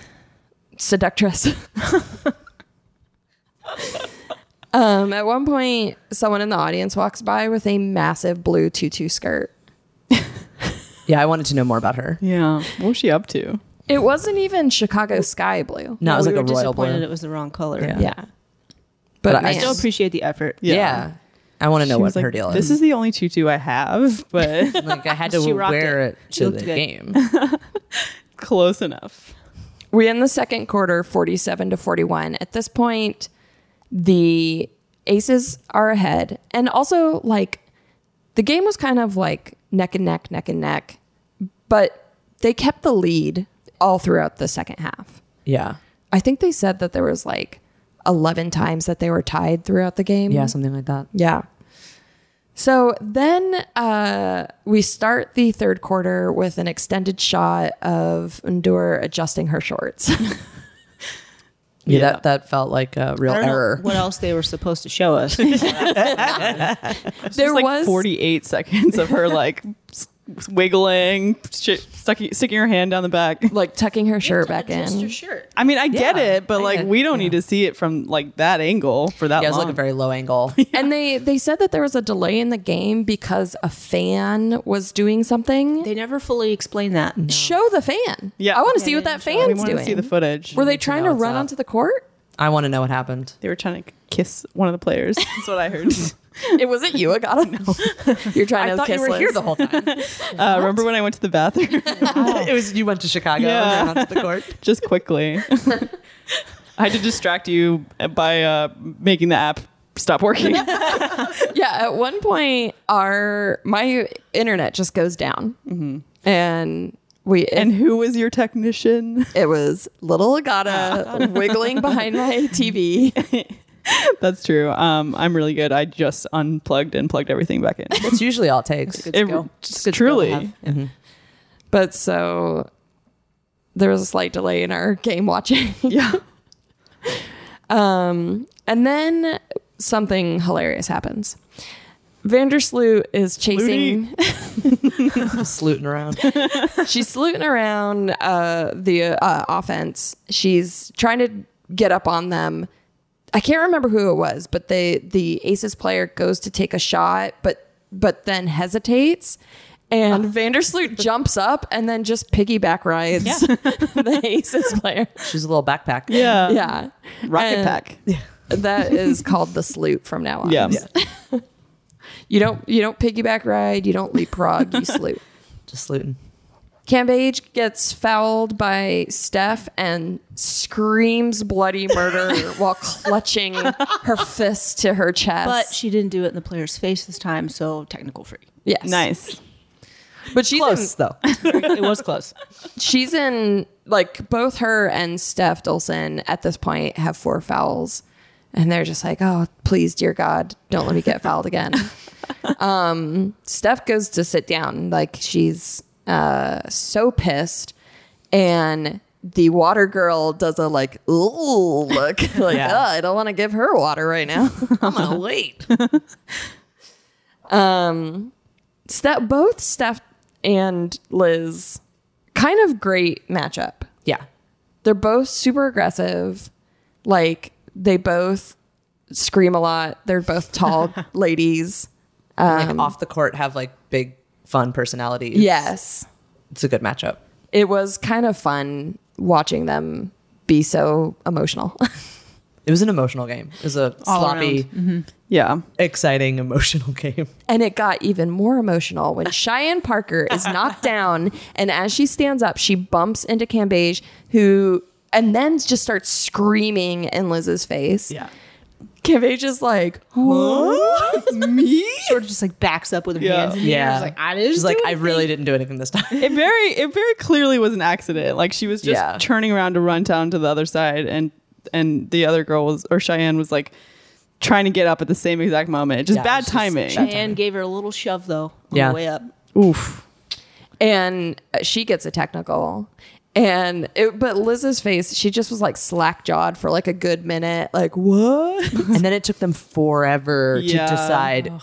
[SPEAKER 1] seductress. [laughs] um, at one point, someone in the audience walks by with a massive blue tutu skirt.
[SPEAKER 3] Yeah, I wanted to know more about her.
[SPEAKER 2] [laughs] yeah. What was she up to?
[SPEAKER 1] It wasn't even Chicago sky blue.
[SPEAKER 3] No, it was
[SPEAKER 4] we
[SPEAKER 3] like a
[SPEAKER 4] were
[SPEAKER 3] royal
[SPEAKER 4] disappointed
[SPEAKER 3] blue.
[SPEAKER 4] it was the wrong color.
[SPEAKER 3] Yeah.
[SPEAKER 1] Yeah. But,
[SPEAKER 3] But I
[SPEAKER 1] man,
[SPEAKER 4] Still appreciate the effort.
[SPEAKER 3] yeah. I want to know
[SPEAKER 2] She was
[SPEAKER 3] what her
[SPEAKER 2] like,
[SPEAKER 3] deal is.
[SPEAKER 2] This is the only tutu I have, [laughs] but
[SPEAKER 3] like
[SPEAKER 4] [laughs]
[SPEAKER 3] I had to
[SPEAKER 4] She rocked
[SPEAKER 3] wear
[SPEAKER 4] it.
[SPEAKER 3] it,
[SPEAKER 4] She
[SPEAKER 3] to
[SPEAKER 4] looked
[SPEAKER 3] the
[SPEAKER 4] good. [laughs]
[SPEAKER 3] game.
[SPEAKER 2] close enough.
[SPEAKER 1] we end the second quarter 47 to 41. At this point, the Aces are ahead. And also, like, the game was kind of like neck and neck, neck and neck, but they kept the lead all throughout the second half.
[SPEAKER 3] Yeah.
[SPEAKER 1] I think they said that there was like 11 times that they were tied throughout the game.
[SPEAKER 3] Yeah, something like that.
[SPEAKER 1] Yeah. So then uh, we start the third quarter with an extended shot of Ndur adjusting her shorts. [laughs]
[SPEAKER 3] Yeah, that that felt like a real
[SPEAKER 4] I don't know
[SPEAKER 3] error.
[SPEAKER 4] what else they were supposed to show us. [laughs] It
[SPEAKER 1] there
[SPEAKER 2] It's like
[SPEAKER 1] was
[SPEAKER 2] 48 seconds of her like s- wiggling, sh- sticking, sticking her hand down the back.
[SPEAKER 1] like tucking her shirt back in.
[SPEAKER 4] your shirt.
[SPEAKER 2] I mean, I get it, but
[SPEAKER 3] I
[SPEAKER 2] like
[SPEAKER 3] get-
[SPEAKER 2] we don't need to see it from like that angle for that
[SPEAKER 3] Yeah, it was
[SPEAKER 2] long.
[SPEAKER 3] like a very low angle.
[SPEAKER 1] And they they said that there was a delay in the game because a fan was doing something.
[SPEAKER 4] They never fully explained that.
[SPEAKER 1] Show the fan.
[SPEAKER 2] Yeah.
[SPEAKER 1] I want to
[SPEAKER 2] Yeah,
[SPEAKER 1] see what that
[SPEAKER 2] we
[SPEAKER 1] fan's
[SPEAKER 2] want
[SPEAKER 1] doing.
[SPEAKER 2] to see the footage.
[SPEAKER 1] Were they trying to,
[SPEAKER 3] know it's
[SPEAKER 1] run
[SPEAKER 3] up.
[SPEAKER 1] onto the court?
[SPEAKER 3] I want to know what happened.
[SPEAKER 2] They were trying to kiss one of the players. That's what I heard.
[SPEAKER 1] it wasn't you, I gotta know. [laughs] You're trying to
[SPEAKER 3] I thought
[SPEAKER 1] kiss
[SPEAKER 3] you were
[SPEAKER 1] Liz.
[SPEAKER 3] here the whole [laughs] time.
[SPEAKER 2] Uh, remember when I went to the bathroom?
[SPEAKER 3] it was you went to Chicago
[SPEAKER 2] Yeah.
[SPEAKER 3] and ran onto the court.
[SPEAKER 2] just quickly. I had to distract you by uh, making the app
[SPEAKER 1] [laughs]
[SPEAKER 2] stop working.
[SPEAKER 1] yeah at one point our my internet just goes down and we
[SPEAKER 2] Mm-hmm. and
[SPEAKER 1] and
[SPEAKER 2] who was your technician? [laughs]
[SPEAKER 1] it was little agata wiggling behind my tv
[SPEAKER 2] That's true. Um, I'm really good. I just unplugged and plugged everything back in.
[SPEAKER 3] That's usually all it takes.
[SPEAKER 2] It- just truly.
[SPEAKER 1] but so there was a slight delay in our game watching [laughs] yeah um and then something hilarious happens vandersloot is chasing
[SPEAKER 3] Just sleuting around.
[SPEAKER 1] she's saluting around uh, the uh, offense. She's trying to get up on them. I can't remember who it was, but the the Aces player goes to take a shot, but but then hesitates. And [laughs] Vandersloot jumps up and then just piggyback rides [laughs] the Aces player.
[SPEAKER 3] [laughs] She's a little backpack.
[SPEAKER 2] Yeah.
[SPEAKER 1] Yeah.
[SPEAKER 2] Rocket
[SPEAKER 1] And
[SPEAKER 2] pack.
[SPEAKER 1] That is called the sloot from now on. [laughs]
[SPEAKER 2] Yeah.
[SPEAKER 1] You don't you don't piggyback ride, you don't leapfrog, you sloot.
[SPEAKER 3] Just sleuting.
[SPEAKER 1] Cambage gets fouled by Steph and screams bloody
[SPEAKER 4] [laughs]
[SPEAKER 1] murder while clutching her fist to her chest.
[SPEAKER 4] But she didn't do it in the player's face this time, so technical free.
[SPEAKER 1] yes,
[SPEAKER 2] Nice.
[SPEAKER 1] But she's
[SPEAKER 3] Close
[SPEAKER 1] in,
[SPEAKER 3] though.
[SPEAKER 4] it was close.
[SPEAKER 1] she's in like both her and Steph Dolson at this point have four fouls, and they're just like, oh please, dear God, don't let me get fouled
[SPEAKER 3] [laughs]
[SPEAKER 1] again. um, Steph goes to sit down, like she's uh, so pissed, and the water girl does a like ooh look, [laughs] like
[SPEAKER 3] Yeah.
[SPEAKER 1] "Ugh, I don't want to give her water right now.
[SPEAKER 3] [laughs] I'm
[SPEAKER 1] [laughs]
[SPEAKER 3] gonna wait.
[SPEAKER 1] Steph, Um, both Steph and Liz, kind of great matchup.
[SPEAKER 3] Yeah.
[SPEAKER 1] They're both super aggressive. Like they both scream a lot. They're both tall ladies.
[SPEAKER 3] Like off the court have like big fun personalities.
[SPEAKER 1] Yes.
[SPEAKER 3] It's a good matchup.
[SPEAKER 1] It was kind of fun watching them be so emotional. [laughs]
[SPEAKER 3] It was an emotional game. It was a sloppy,
[SPEAKER 2] Yeah.
[SPEAKER 3] exciting, [laughs] emotional game.
[SPEAKER 1] and it got even more emotional when Cheyenne Parker is knocked down and as she stands up, she bumps into Cambage who and then just starts screaming in Liz's face.
[SPEAKER 2] Yeah.
[SPEAKER 1] Cambage is like,
[SPEAKER 2] [laughs] Me?
[SPEAKER 1] [laughs]
[SPEAKER 4] George just like backs up with her
[SPEAKER 2] Yeah.
[SPEAKER 4] hands in the air. I was like, I didn't
[SPEAKER 3] She's like,
[SPEAKER 4] do
[SPEAKER 3] I
[SPEAKER 4] anything."
[SPEAKER 3] really didn't do anything this time.
[SPEAKER 2] It very it very clearly was an accident. Like she was just
[SPEAKER 3] Yeah.
[SPEAKER 2] turning around to run down to the other side and and the other girl was or Cheyenne was like trying to get up at the same exact moment. Just
[SPEAKER 3] Yeah,
[SPEAKER 2] bad
[SPEAKER 3] she's-
[SPEAKER 2] timing.
[SPEAKER 4] Diane gave her a little shove though on
[SPEAKER 3] Yeah.
[SPEAKER 4] the way up.
[SPEAKER 2] Oof.
[SPEAKER 1] and she gets a technical and it, but liz's face she just was like slack jawed for like a good minute like
[SPEAKER 3] [laughs]
[SPEAKER 1] what
[SPEAKER 3] and then it took them forever
[SPEAKER 2] Yeah.
[SPEAKER 3] to decide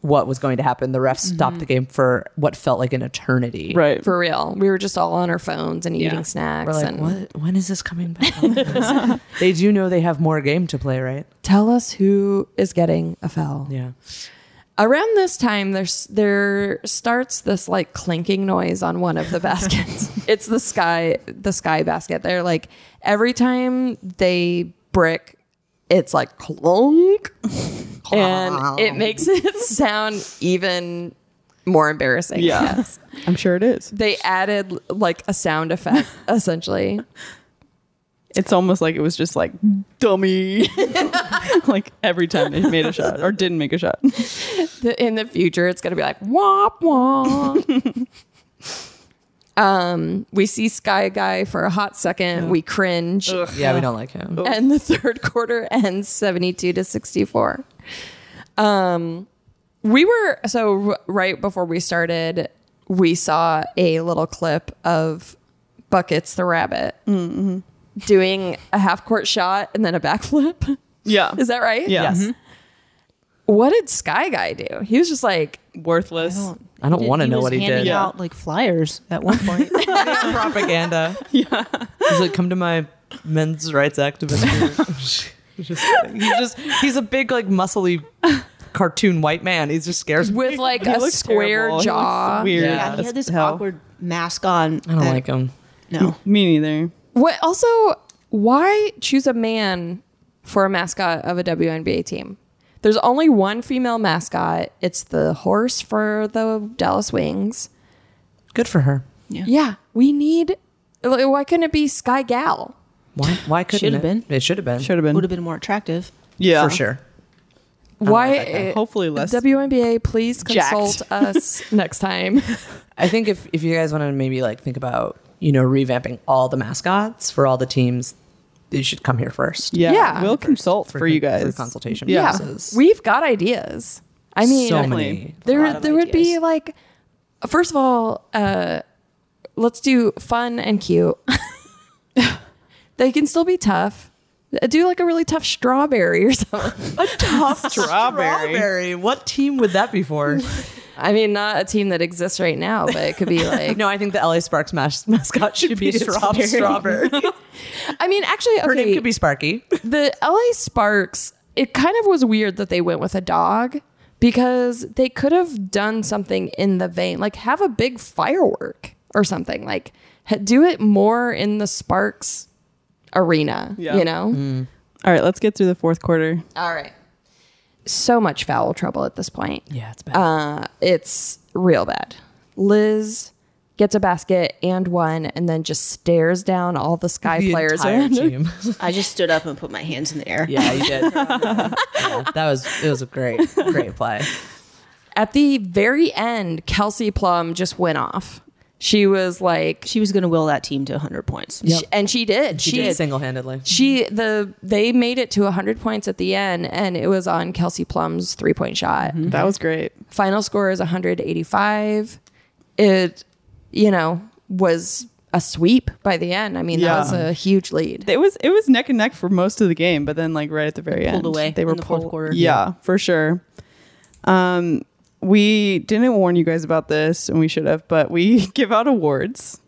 [SPEAKER 3] what was going to happen. The refs stopped the game for what felt like an eternity.
[SPEAKER 2] Right.
[SPEAKER 1] for real we were just all on our phones and eating
[SPEAKER 3] We're
[SPEAKER 1] snacks
[SPEAKER 3] like,
[SPEAKER 1] and
[SPEAKER 3] what? When is this coming back? [laughs] they do know they have more game to play, right?
[SPEAKER 1] tell us who is getting a foul
[SPEAKER 3] Yeah.
[SPEAKER 1] around this time there's there starts this like clinking noise on one of the baskets it's the sky the sky basket they're like every time they brick it's like clonk and it makes it [laughs] sound even more embarrassing
[SPEAKER 2] Yeah.
[SPEAKER 1] yes
[SPEAKER 2] I'm sure it is.
[SPEAKER 1] they added like a sound effect essentially
[SPEAKER 2] It's almost like it was just like dummy. [laughs] like every time they made a shot or didn't make a shot.
[SPEAKER 1] the, in the future, it's going to be like womp womp. um, we see Sky Guy for a hot second. We cringe,
[SPEAKER 3] Yeah, we don't like him.
[SPEAKER 1] and the third quarter ends seventy-two to sixty-four. Um, we were so r- right before we started. We saw a little clip of Buckets the Rabbit doing a half-court shot and then a backflip. [laughs]
[SPEAKER 2] Yeah.
[SPEAKER 1] Is that right?
[SPEAKER 2] yeah.
[SPEAKER 1] What did Sky Guy do? He was just like
[SPEAKER 2] Worthless.
[SPEAKER 3] I don't want to
[SPEAKER 4] He
[SPEAKER 3] know
[SPEAKER 4] was
[SPEAKER 3] what he
[SPEAKER 4] handing
[SPEAKER 3] did.
[SPEAKER 2] Yeah.
[SPEAKER 4] out like flyers at one point. [laughs]
[SPEAKER 3] Propaganda. Yeah. He's like, come to my men's rights activist. group." [laughs] just, he's just he's a big like muscly cartoon white man. He's just
[SPEAKER 2] [laughs]
[SPEAKER 3] scares me.
[SPEAKER 1] with like
[SPEAKER 2] He
[SPEAKER 1] a
[SPEAKER 2] looks
[SPEAKER 1] square
[SPEAKER 2] terrible. He looks
[SPEAKER 1] jaw.
[SPEAKER 2] weird.
[SPEAKER 4] yeah, he
[SPEAKER 2] as
[SPEAKER 4] had this
[SPEAKER 2] hell.
[SPEAKER 4] awkward mask on.
[SPEAKER 3] I don't like him.
[SPEAKER 4] No.
[SPEAKER 2] Me neither.
[SPEAKER 1] What also why choose a man for a mascot of a WNBA team? There's only one female mascot. It's the horse for the Dallas Wings.
[SPEAKER 3] Good for her.
[SPEAKER 1] Yeah, we need. Why couldn't it be Sky Gal?
[SPEAKER 3] Why? Why couldn't
[SPEAKER 4] Should've
[SPEAKER 3] it?
[SPEAKER 4] been.
[SPEAKER 3] It should have been.
[SPEAKER 2] Should have been.
[SPEAKER 4] Would have been more attractive.
[SPEAKER 2] yeah.
[SPEAKER 3] for sure.
[SPEAKER 1] Why?
[SPEAKER 2] Hopefully less.
[SPEAKER 1] WNBA, please
[SPEAKER 2] jacked.
[SPEAKER 1] consult us [laughs] next time.
[SPEAKER 3] I think if if you guys want to maybe like think about you know revamping all the mascots for all the teams, you should come here first.
[SPEAKER 2] yeah.
[SPEAKER 1] Yeah.
[SPEAKER 2] We'll consult for, you
[SPEAKER 3] con-
[SPEAKER 2] guys.
[SPEAKER 3] for consultation
[SPEAKER 2] Yeah.
[SPEAKER 3] purposes.
[SPEAKER 1] We've got ideas. I mean,
[SPEAKER 3] so
[SPEAKER 2] Definitely.
[SPEAKER 3] many.
[SPEAKER 1] there there would be like, first of all, uh, let's do fun and
[SPEAKER 3] [laughs]
[SPEAKER 1] cute. they can still be tough. Uh, Do like a really tough strawberry or something. [laughs]
[SPEAKER 2] Strawberry.
[SPEAKER 3] [laughs] Strawberry. What team would that be [laughs] for?
[SPEAKER 1] I mean, not a team that exists right now, but it could be like.
[SPEAKER 3] [laughs] no, I think the LA Sparks mas- mascot should, be, a strawberry. strawberry.
[SPEAKER 1] I mean, actually, okay.
[SPEAKER 3] [laughs] Her name could be Sparky.
[SPEAKER 1] the LA Sparks, it kind of was weird that they went with a dog because they could have done something in the vein, like have a big firework or something, like ha- do it more in the Sparks arena,
[SPEAKER 2] Yeah.
[SPEAKER 1] you know?
[SPEAKER 3] Mm.
[SPEAKER 2] All right, let's get through the fourth quarter.
[SPEAKER 1] All right. So much foul trouble at this point. Uh,
[SPEAKER 3] Yeah, it's bad.
[SPEAKER 1] It's real bad. Liz gets a basket and one and then just stares down all the Sky
[SPEAKER 3] the
[SPEAKER 1] players
[SPEAKER 3] entire
[SPEAKER 1] around her.
[SPEAKER 3] [laughs] team.
[SPEAKER 4] I just stood up and put my hands in the air.
[SPEAKER 3] yeah, you [laughs] did. Yeah, that was it. Was a great, great [laughs] play.
[SPEAKER 1] At the very end, Kelsey Plum just went off. She was like,
[SPEAKER 4] She was going to will that team to 100 points.
[SPEAKER 1] Sh and she did. She,
[SPEAKER 3] She did
[SPEAKER 1] did.
[SPEAKER 3] single handedly.
[SPEAKER 1] She the they made it to 100 points at the end, and it was on Kelsey Plum's three point shot.
[SPEAKER 2] That was great.
[SPEAKER 1] Final score is 185. It, you know, was a sweep by the end. I mean,
[SPEAKER 2] Yeah.
[SPEAKER 1] that was a huge lead.
[SPEAKER 2] It was it was neck and neck for most of the game, but then like right at the very end,
[SPEAKER 4] away
[SPEAKER 2] They were
[SPEAKER 4] in the fourth
[SPEAKER 2] pulled-
[SPEAKER 4] quarter.
[SPEAKER 2] Yeah, for sure. Um, we didn't warn you guys about this, and we should have, but we [laughs] give out awards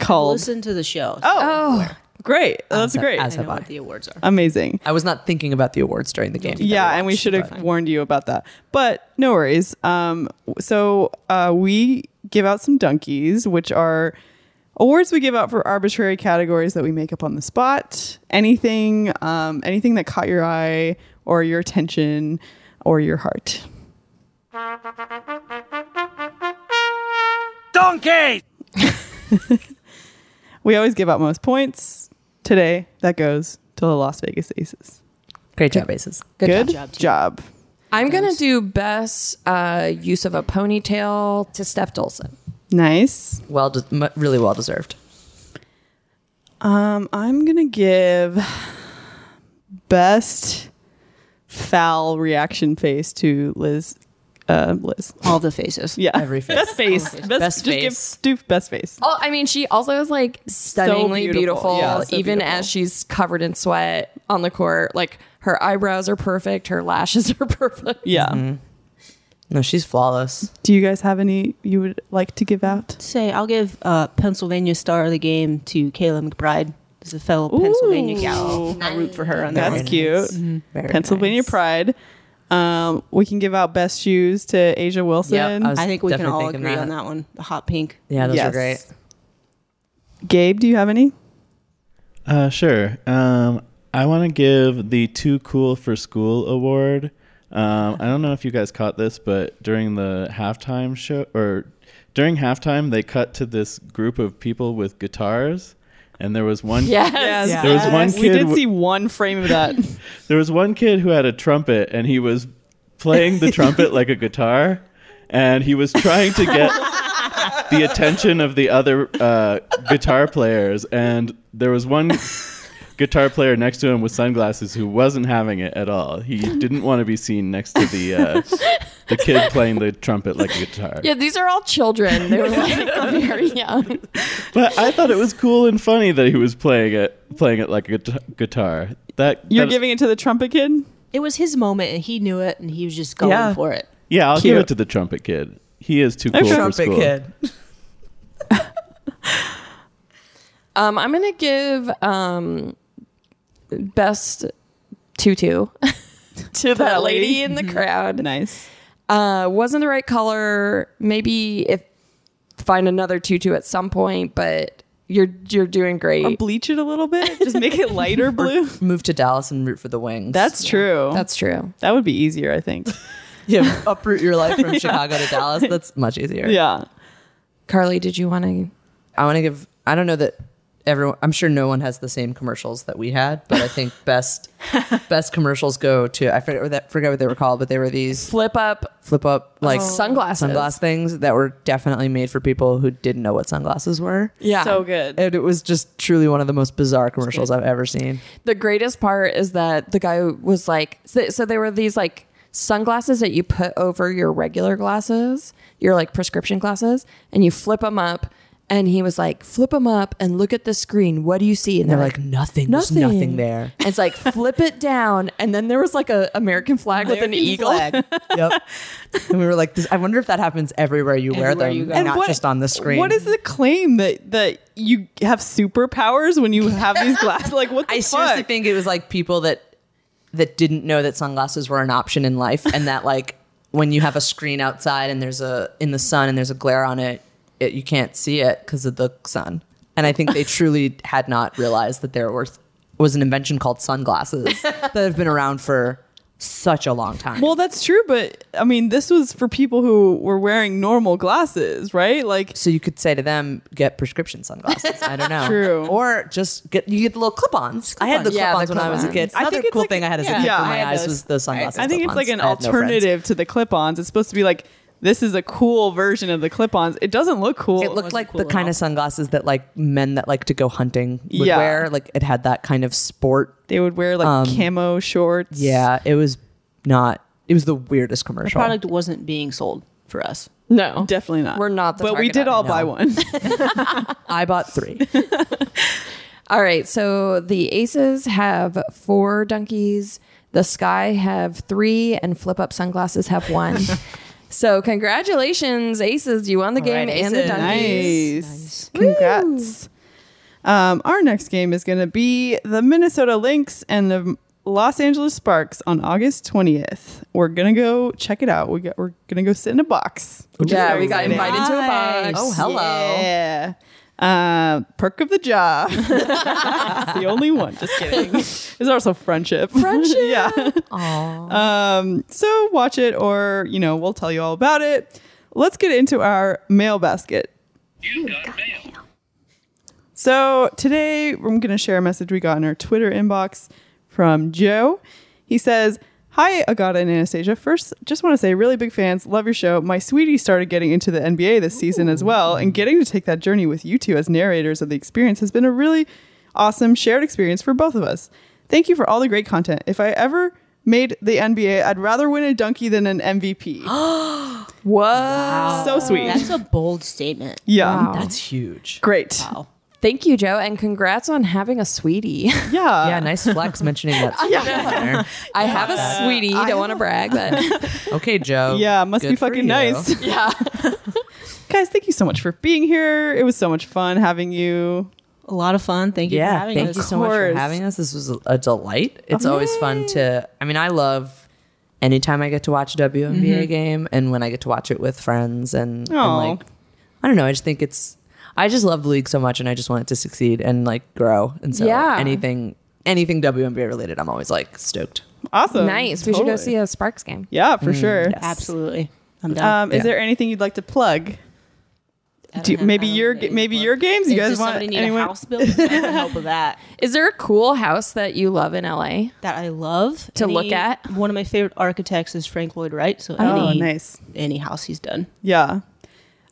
[SPEAKER 2] called.
[SPEAKER 4] Listen to the show.
[SPEAKER 2] Oh, great! That's
[SPEAKER 3] As-
[SPEAKER 2] great.
[SPEAKER 3] as
[SPEAKER 4] I know
[SPEAKER 3] have I.
[SPEAKER 4] what the awards are.
[SPEAKER 2] Amazing.
[SPEAKER 3] I was not thinking about the awards during the game.
[SPEAKER 2] yeah and we should have warned you about that but no worries um so uh we give out some donkeys which are awards we give out for arbitrary categories that we make up on the spot anything um anything that caught your eye or your attention or your heart
[SPEAKER 6] Donkey!
[SPEAKER 2] we always give out most points today that goes to the las vegas aces
[SPEAKER 3] Great job, Aces.
[SPEAKER 2] good,
[SPEAKER 4] job, team.
[SPEAKER 2] job.
[SPEAKER 1] I'm gonna do best uh, use of a ponytail to Steph Dolson.
[SPEAKER 2] nice
[SPEAKER 3] Well, de- m- really well deserved.
[SPEAKER 2] Um, I'm gonna give best foul reaction face to Liz. Uh, Liz.
[SPEAKER 4] All the faces.
[SPEAKER 2] Yeah,
[SPEAKER 3] Every face.
[SPEAKER 2] Best face. Best,
[SPEAKER 3] Best
[SPEAKER 2] just give
[SPEAKER 3] face.
[SPEAKER 2] do best face.
[SPEAKER 1] Oh, I mean, she also is like stunningly beautiful,
[SPEAKER 2] beautiful. Yeah, so
[SPEAKER 1] even
[SPEAKER 2] beautiful.
[SPEAKER 1] as she's covered in sweat on the court. Like her eyebrows are perfect, her lashes [laughs] are perfect.
[SPEAKER 2] Yeah.
[SPEAKER 4] Mm-hmm.
[SPEAKER 3] No, she's flawless.
[SPEAKER 2] Do you guys have any you would like to give out?
[SPEAKER 4] Say, I'll give uh, Pennsylvania star of the game to Kayla McBride. This is a fellow Pennsylvania gal. I root for her on that. Mm-hmm.
[SPEAKER 2] That's cute.
[SPEAKER 3] Very
[SPEAKER 2] Pennsylvania Pride. Um, we can give out best shoes to Asia Wilson.
[SPEAKER 3] Yep, I was-
[SPEAKER 4] I think we can
[SPEAKER 3] Definitely
[SPEAKER 4] all
[SPEAKER 3] thinking
[SPEAKER 4] agree
[SPEAKER 3] that.
[SPEAKER 4] on that one. The hot pink.
[SPEAKER 3] nice. Yeah, those
[SPEAKER 2] Yes.
[SPEAKER 3] are great.
[SPEAKER 2] Gabe, do you have any?
[SPEAKER 7] Uh, sure. Um, I want to give the Too Cool for School award. Um, I don't know if you guys caught this, but during the halftime show, or during halftime, they cut to this group of people with guitars, and there was one.
[SPEAKER 1] Yes.
[SPEAKER 7] There was one
[SPEAKER 2] We
[SPEAKER 7] kid
[SPEAKER 2] did
[SPEAKER 7] w-
[SPEAKER 2] see one frame of
[SPEAKER 7] [laughs]
[SPEAKER 2] that.
[SPEAKER 7] There was one kid who had a trumpet and he was playing the trumpet like a guitar and he was trying to get the attention of the other uh, guitar players and there was one guitar player next to him with sunglasses who wasn't having it at all. He didn't want to be seen next to the uh, the kid playing the trumpet like a guitar.
[SPEAKER 1] Yeah, these are all children. They were
[SPEAKER 2] [laughs]
[SPEAKER 1] like very young.
[SPEAKER 7] But I thought it was cool and funny that he was playing it playing it like a guit- guitar. That
[SPEAKER 2] You're
[SPEAKER 7] that-
[SPEAKER 2] giving it to the trumpet kid?
[SPEAKER 4] It was his moment, and he knew it, and he was just going
[SPEAKER 3] Yeah.
[SPEAKER 4] for it.
[SPEAKER 7] Yeah, I'll give
[SPEAKER 2] Cute.
[SPEAKER 7] it to the trumpet kid. He is too cool for
[SPEAKER 3] Trumpet
[SPEAKER 7] school.
[SPEAKER 3] kid.
[SPEAKER 1] Um, I'm gonna give um, best tutu [laughs] to that lady
[SPEAKER 2] lady.
[SPEAKER 1] in the crowd.
[SPEAKER 2] Nice.
[SPEAKER 1] Uh, wasn't the right color. Maybe if find another tutu at some point, but You're you're doing great.
[SPEAKER 2] Or bleach it a little bit, just make it [laughs] lighter blue.
[SPEAKER 3] [laughs] Move to Dallas and root for the Wings.
[SPEAKER 2] That's true.
[SPEAKER 1] That's true.
[SPEAKER 2] that would be easier, I think.
[SPEAKER 3] [laughs] [laughs] yeah. Uproot your life from Chicago to Dallas. That's much easier.
[SPEAKER 2] yeah.
[SPEAKER 1] Carly, did you want to?
[SPEAKER 3] I want to give. I don't know that everyone. I'm sure no one has the same commercials that we had, but I [laughs] think best best commercials go to. I forget what that forget what they were called, but they were these
[SPEAKER 1] Flip up.
[SPEAKER 3] flip up like
[SPEAKER 1] Sunglasses.
[SPEAKER 3] sunglass things that were definitely made for people who didn't know what sunglasses were.
[SPEAKER 1] Yeah.
[SPEAKER 2] So good.
[SPEAKER 3] And it was just truly one of the most bizarre commercials I've ever seen.
[SPEAKER 1] the greatest part is that the guy was like, so, so there were these like sunglasses that you put over your regular glasses, your like prescription glasses, and you flip them up. And he was like, flip them up and look at the screen. What do you see? And
[SPEAKER 3] They're like, nothing. There's nothing there.
[SPEAKER 1] And it's like, flip it down. And then there was like a American [laughs] flag with an eagle.
[SPEAKER 3] [laughs] yep. And we were like, this, I wonder if that happens everywhere you wear
[SPEAKER 4] Everywhere
[SPEAKER 3] them,
[SPEAKER 4] you go.
[SPEAKER 3] and not just on the screen.
[SPEAKER 2] What is the claim that that you have superpowers when you have [laughs] these glasses? Like what the
[SPEAKER 3] I
[SPEAKER 2] fuck?
[SPEAKER 3] seriously think it was like people that that didn't know that sunglasses were an option in life, and that like when you have a screen outside and there's a in the sun and there's a glare on it, it you can't see it because of the sun. And I think
[SPEAKER 2] [laughs]
[SPEAKER 3] they truly had not realized that there were was an invention
[SPEAKER 2] [laughs]
[SPEAKER 3] called sunglasses that have been around for such a long time.
[SPEAKER 2] well, that's true, but I mean, this was for people who were wearing normal glasses, right? Like
[SPEAKER 3] so you could say to them, get prescription sunglasses.
[SPEAKER 2] [laughs]
[SPEAKER 3] I don't know.
[SPEAKER 2] True.
[SPEAKER 3] Or just get you get the little clip-ons. I had the
[SPEAKER 1] Yeah, the
[SPEAKER 3] clip-ons when I was a kid.
[SPEAKER 1] clip-ons.
[SPEAKER 2] I
[SPEAKER 3] Another
[SPEAKER 2] think it's
[SPEAKER 3] cool
[SPEAKER 2] like-
[SPEAKER 3] thing I had as
[SPEAKER 2] yeah.
[SPEAKER 3] a kid
[SPEAKER 2] Yeah,
[SPEAKER 3] for
[SPEAKER 2] I
[SPEAKER 3] my
[SPEAKER 2] had
[SPEAKER 3] eyes
[SPEAKER 2] those.
[SPEAKER 3] was the sunglasses.
[SPEAKER 2] I think it's like
[SPEAKER 3] clip-ons.
[SPEAKER 2] an
[SPEAKER 3] I had no friends.
[SPEAKER 2] alternative to the clip-ons. It's supposed to be like this is a cool version of the clip-ons. It doesn't look cool.
[SPEAKER 3] it looked like
[SPEAKER 4] cool
[SPEAKER 3] the
[SPEAKER 4] at
[SPEAKER 3] kind
[SPEAKER 4] all.
[SPEAKER 3] of sunglasses that like men that like to go hunting would
[SPEAKER 2] Yeah.
[SPEAKER 3] wear. Like it had that kind of sport.
[SPEAKER 2] they would wear like
[SPEAKER 3] Um,
[SPEAKER 2] camo shorts.
[SPEAKER 3] Yeah, it was not. It was the weirdest commercial.
[SPEAKER 4] Product wasn't being sold for us.
[SPEAKER 1] No.
[SPEAKER 2] Definitely not.
[SPEAKER 1] We're not the
[SPEAKER 2] but we
[SPEAKER 1] target
[SPEAKER 2] did all
[SPEAKER 1] audience.
[SPEAKER 2] buy
[SPEAKER 1] [laughs]
[SPEAKER 2] one.
[SPEAKER 3] I
[SPEAKER 2] [laughs]
[SPEAKER 3] bought three.
[SPEAKER 1] All right, so the aces have four donkeys, the sky have three, and flip up sunglasses have one. so congratulations, aces! You won the game
[SPEAKER 4] right,
[SPEAKER 1] and the
[SPEAKER 4] Aces.
[SPEAKER 1] donkeys.
[SPEAKER 2] Nice. Congrats. Um, our next game is going to be the Minnesota Lynx and the Los Angeles Sparks on August 20th. We're going to go check it out. We got, we're going to go sit in a box. which is
[SPEAKER 1] Yeah,
[SPEAKER 2] very
[SPEAKER 1] we got
[SPEAKER 2] exciting.
[SPEAKER 1] invited to a box.
[SPEAKER 3] Oh hello.
[SPEAKER 2] Yeah. Uh, perk of the job. It's the only one. Just kidding. It's also friendship. Friendship. [laughs] yeah. Um, so watch it or, you know, we'll tell you all about it. Let's get into our mail basket. So today I'm going to share a message we got in our Twitter inbox from Joe. He says, Hi, Agata and Anastasia. First, just want to say, really big fans. Love your show. My sweetie started getting into the NBA this season as well, and getting to take that journey with you two as narrators of the experience has been a really awesome shared experience for both of us. Thank you for all the great content. If I ever made the NBA, I'd rather win a donkey than an MVP.
[SPEAKER 1] Whoa!
[SPEAKER 2] so sweet.
[SPEAKER 4] That's a bold statement.
[SPEAKER 2] yeah.
[SPEAKER 3] That's huge.
[SPEAKER 2] Great.
[SPEAKER 1] Thank you, Joe, and congrats on having a sweetie. [laughs]
[SPEAKER 2] Yeah.
[SPEAKER 3] Yeah, nice flex mentioning
[SPEAKER 2] [laughs]
[SPEAKER 3] that. yeah.
[SPEAKER 1] I have a sweetie. Don't want to brag, but [laughs]
[SPEAKER 3] Okay, Joe.
[SPEAKER 2] Yeah, must
[SPEAKER 3] good
[SPEAKER 2] be
[SPEAKER 3] for you.
[SPEAKER 2] fucking nice.
[SPEAKER 4] [laughs]
[SPEAKER 3] [laughs]
[SPEAKER 1] yeah,
[SPEAKER 2] Guys, thank you so much for being here. It was so much fun having you.
[SPEAKER 4] A lot of fun. Thank you for
[SPEAKER 3] Yeah,
[SPEAKER 4] having
[SPEAKER 3] thank
[SPEAKER 4] us.
[SPEAKER 3] you so much for
[SPEAKER 2] course.
[SPEAKER 3] having us. This was a- a delight. It's always fun to. I mean, I love anytime I get to watch a WNBA
[SPEAKER 4] Mm-hmm.
[SPEAKER 3] game, and when I get to watch it with friends, and, and
[SPEAKER 2] Aw.
[SPEAKER 3] like, I don't know. I just think it's. I just love the league so much, and I just want it to succeed and like grow. And so,
[SPEAKER 1] Yeah.
[SPEAKER 3] anything, anything WNBA related, I'm always like stoked.
[SPEAKER 2] Awesome.
[SPEAKER 1] nice. We should go
[SPEAKER 2] Totally.
[SPEAKER 1] see a Sparks game.
[SPEAKER 2] Yeah,
[SPEAKER 3] Mm.
[SPEAKER 2] for sure.
[SPEAKER 4] Absolutely. I'm down.
[SPEAKER 2] Um, Is there anything you'd like to plug?
[SPEAKER 4] I don't
[SPEAKER 2] do-
[SPEAKER 4] have-
[SPEAKER 2] maybe
[SPEAKER 4] I don't
[SPEAKER 2] your
[SPEAKER 4] have
[SPEAKER 2] ga-
[SPEAKER 4] any
[SPEAKER 2] maybe
[SPEAKER 4] plug.
[SPEAKER 2] your games? You
[SPEAKER 4] If-
[SPEAKER 2] guys
[SPEAKER 4] does
[SPEAKER 2] want
[SPEAKER 4] somebody need
[SPEAKER 2] anyone-
[SPEAKER 4] a house built? I can help with [laughs] that.
[SPEAKER 1] Is there a cool house that you love in LA?
[SPEAKER 4] That I love
[SPEAKER 1] To look at?
[SPEAKER 4] One of my favorite architects is Frank Lloyd Wright. So
[SPEAKER 2] Oh,
[SPEAKER 4] any
[SPEAKER 2] nice.
[SPEAKER 4] any house he's done.
[SPEAKER 2] Yeah.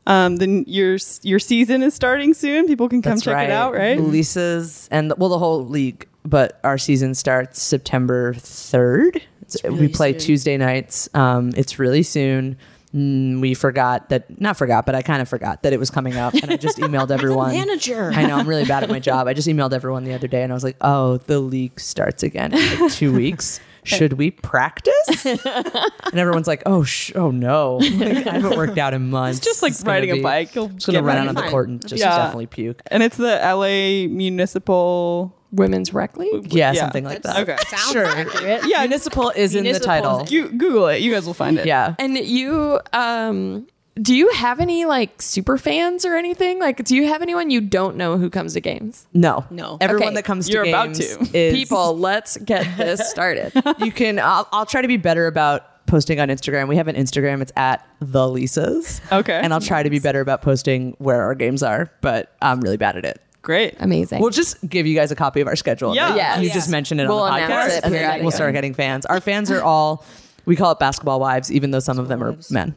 [SPEAKER 2] Um, then your your season is starting soon. People can come
[SPEAKER 3] That's
[SPEAKER 2] check it out, right?
[SPEAKER 3] Lisa's and well, the whole league, but our season starts September third. we play Tuesday nights. Um, it's really soon. Mm, we forgot that, not forgot, but I kind of forgot that it was coming up, and
[SPEAKER 2] [laughs]
[SPEAKER 3] I just emailed everyone.
[SPEAKER 4] manager.
[SPEAKER 3] I know I'm really bad at my job. I just emailed everyone the other day, and I was like, "Oh, the league starts again in
[SPEAKER 2] [laughs]
[SPEAKER 3] like two weeks. Should we practice?" and everyone's like, "Oh, sh- oh no, Like, I haven't worked out in months.
[SPEAKER 2] It's just like
[SPEAKER 3] It's gonna
[SPEAKER 2] riding a
[SPEAKER 3] be-
[SPEAKER 2] bike. You'll
[SPEAKER 3] Just gonna
[SPEAKER 2] get back
[SPEAKER 3] run out
[SPEAKER 2] in
[SPEAKER 3] on the
[SPEAKER 2] time.
[SPEAKER 3] court and just
[SPEAKER 2] Yeah.
[SPEAKER 3] definitely puke.
[SPEAKER 2] And it's the LA Municipal.
[SPEAKER 1] Women's rec league.
[SPEAKER 3] Yeah,
[SPEAKER 2] Yeah.
[SPEAKER 3] something like that.
[SPEAKER 2] Okay.
[SPEAKER 4] Sounds
[SPEAKER 3] sure.
[SPEAKER 4] accurate.
[SPEAKER 3] Yeah, municipal is in the
[SPEAKER 4] Municipal.
[SPEAKER 3] title.
[SPEAKER 2] You Google it. You guys will find it.
[SPEAKER 3] Yeah.
[SPEAKER 1] And you um Do you have any like super fans or anything? Like, do you have anyone you don't know who comes to games?
[SPEAKER 3] No,
[SPEAKER 4] No.
[SPEAKER 3] Everyone
[SPEAKER 1] Okay,
[SPEAKER 3] that comes to
[SPEAKER 2] you're about
[SPEAKER 3] games
[SPEAKER 2] to.
[SPEAKER 3] is
[SPEAKER 1] [laughs] People, let's get this started.
[SPEAKER 3] you can. I'll, I'll try to be better about posting on Instagram. We have an Instagram. It's at the Lisas.
[SPEAKER 2] Okay.
[SPEAKER 3] and I'll try to be better about posting where our games are, but I'm really bad at it.
[SPEAKER 2] Great.
[SPEAKER 1] [laughs] Amazing.
[SPEAKER 3] We'll just give you guys a copy of our schedule. and
[SPEAKER 2] Yeah.
[SPEAKER 3] then
[SPEAKER 1] Yes.
[SPEAKER 3] you just mention it
[SPEAKER 1] We'll
[SPEAKER 3] on the
[SPEAKER 1] announce
[SPEAKER 3] podcast,
[SPEAKER 1] it
[SPEAKER 3] and then
[SPEAKER 1] periodically.
[SPEAKER 3] we'll start getting fans. Our fans are all. We call it basketball wives, even though some of them are men.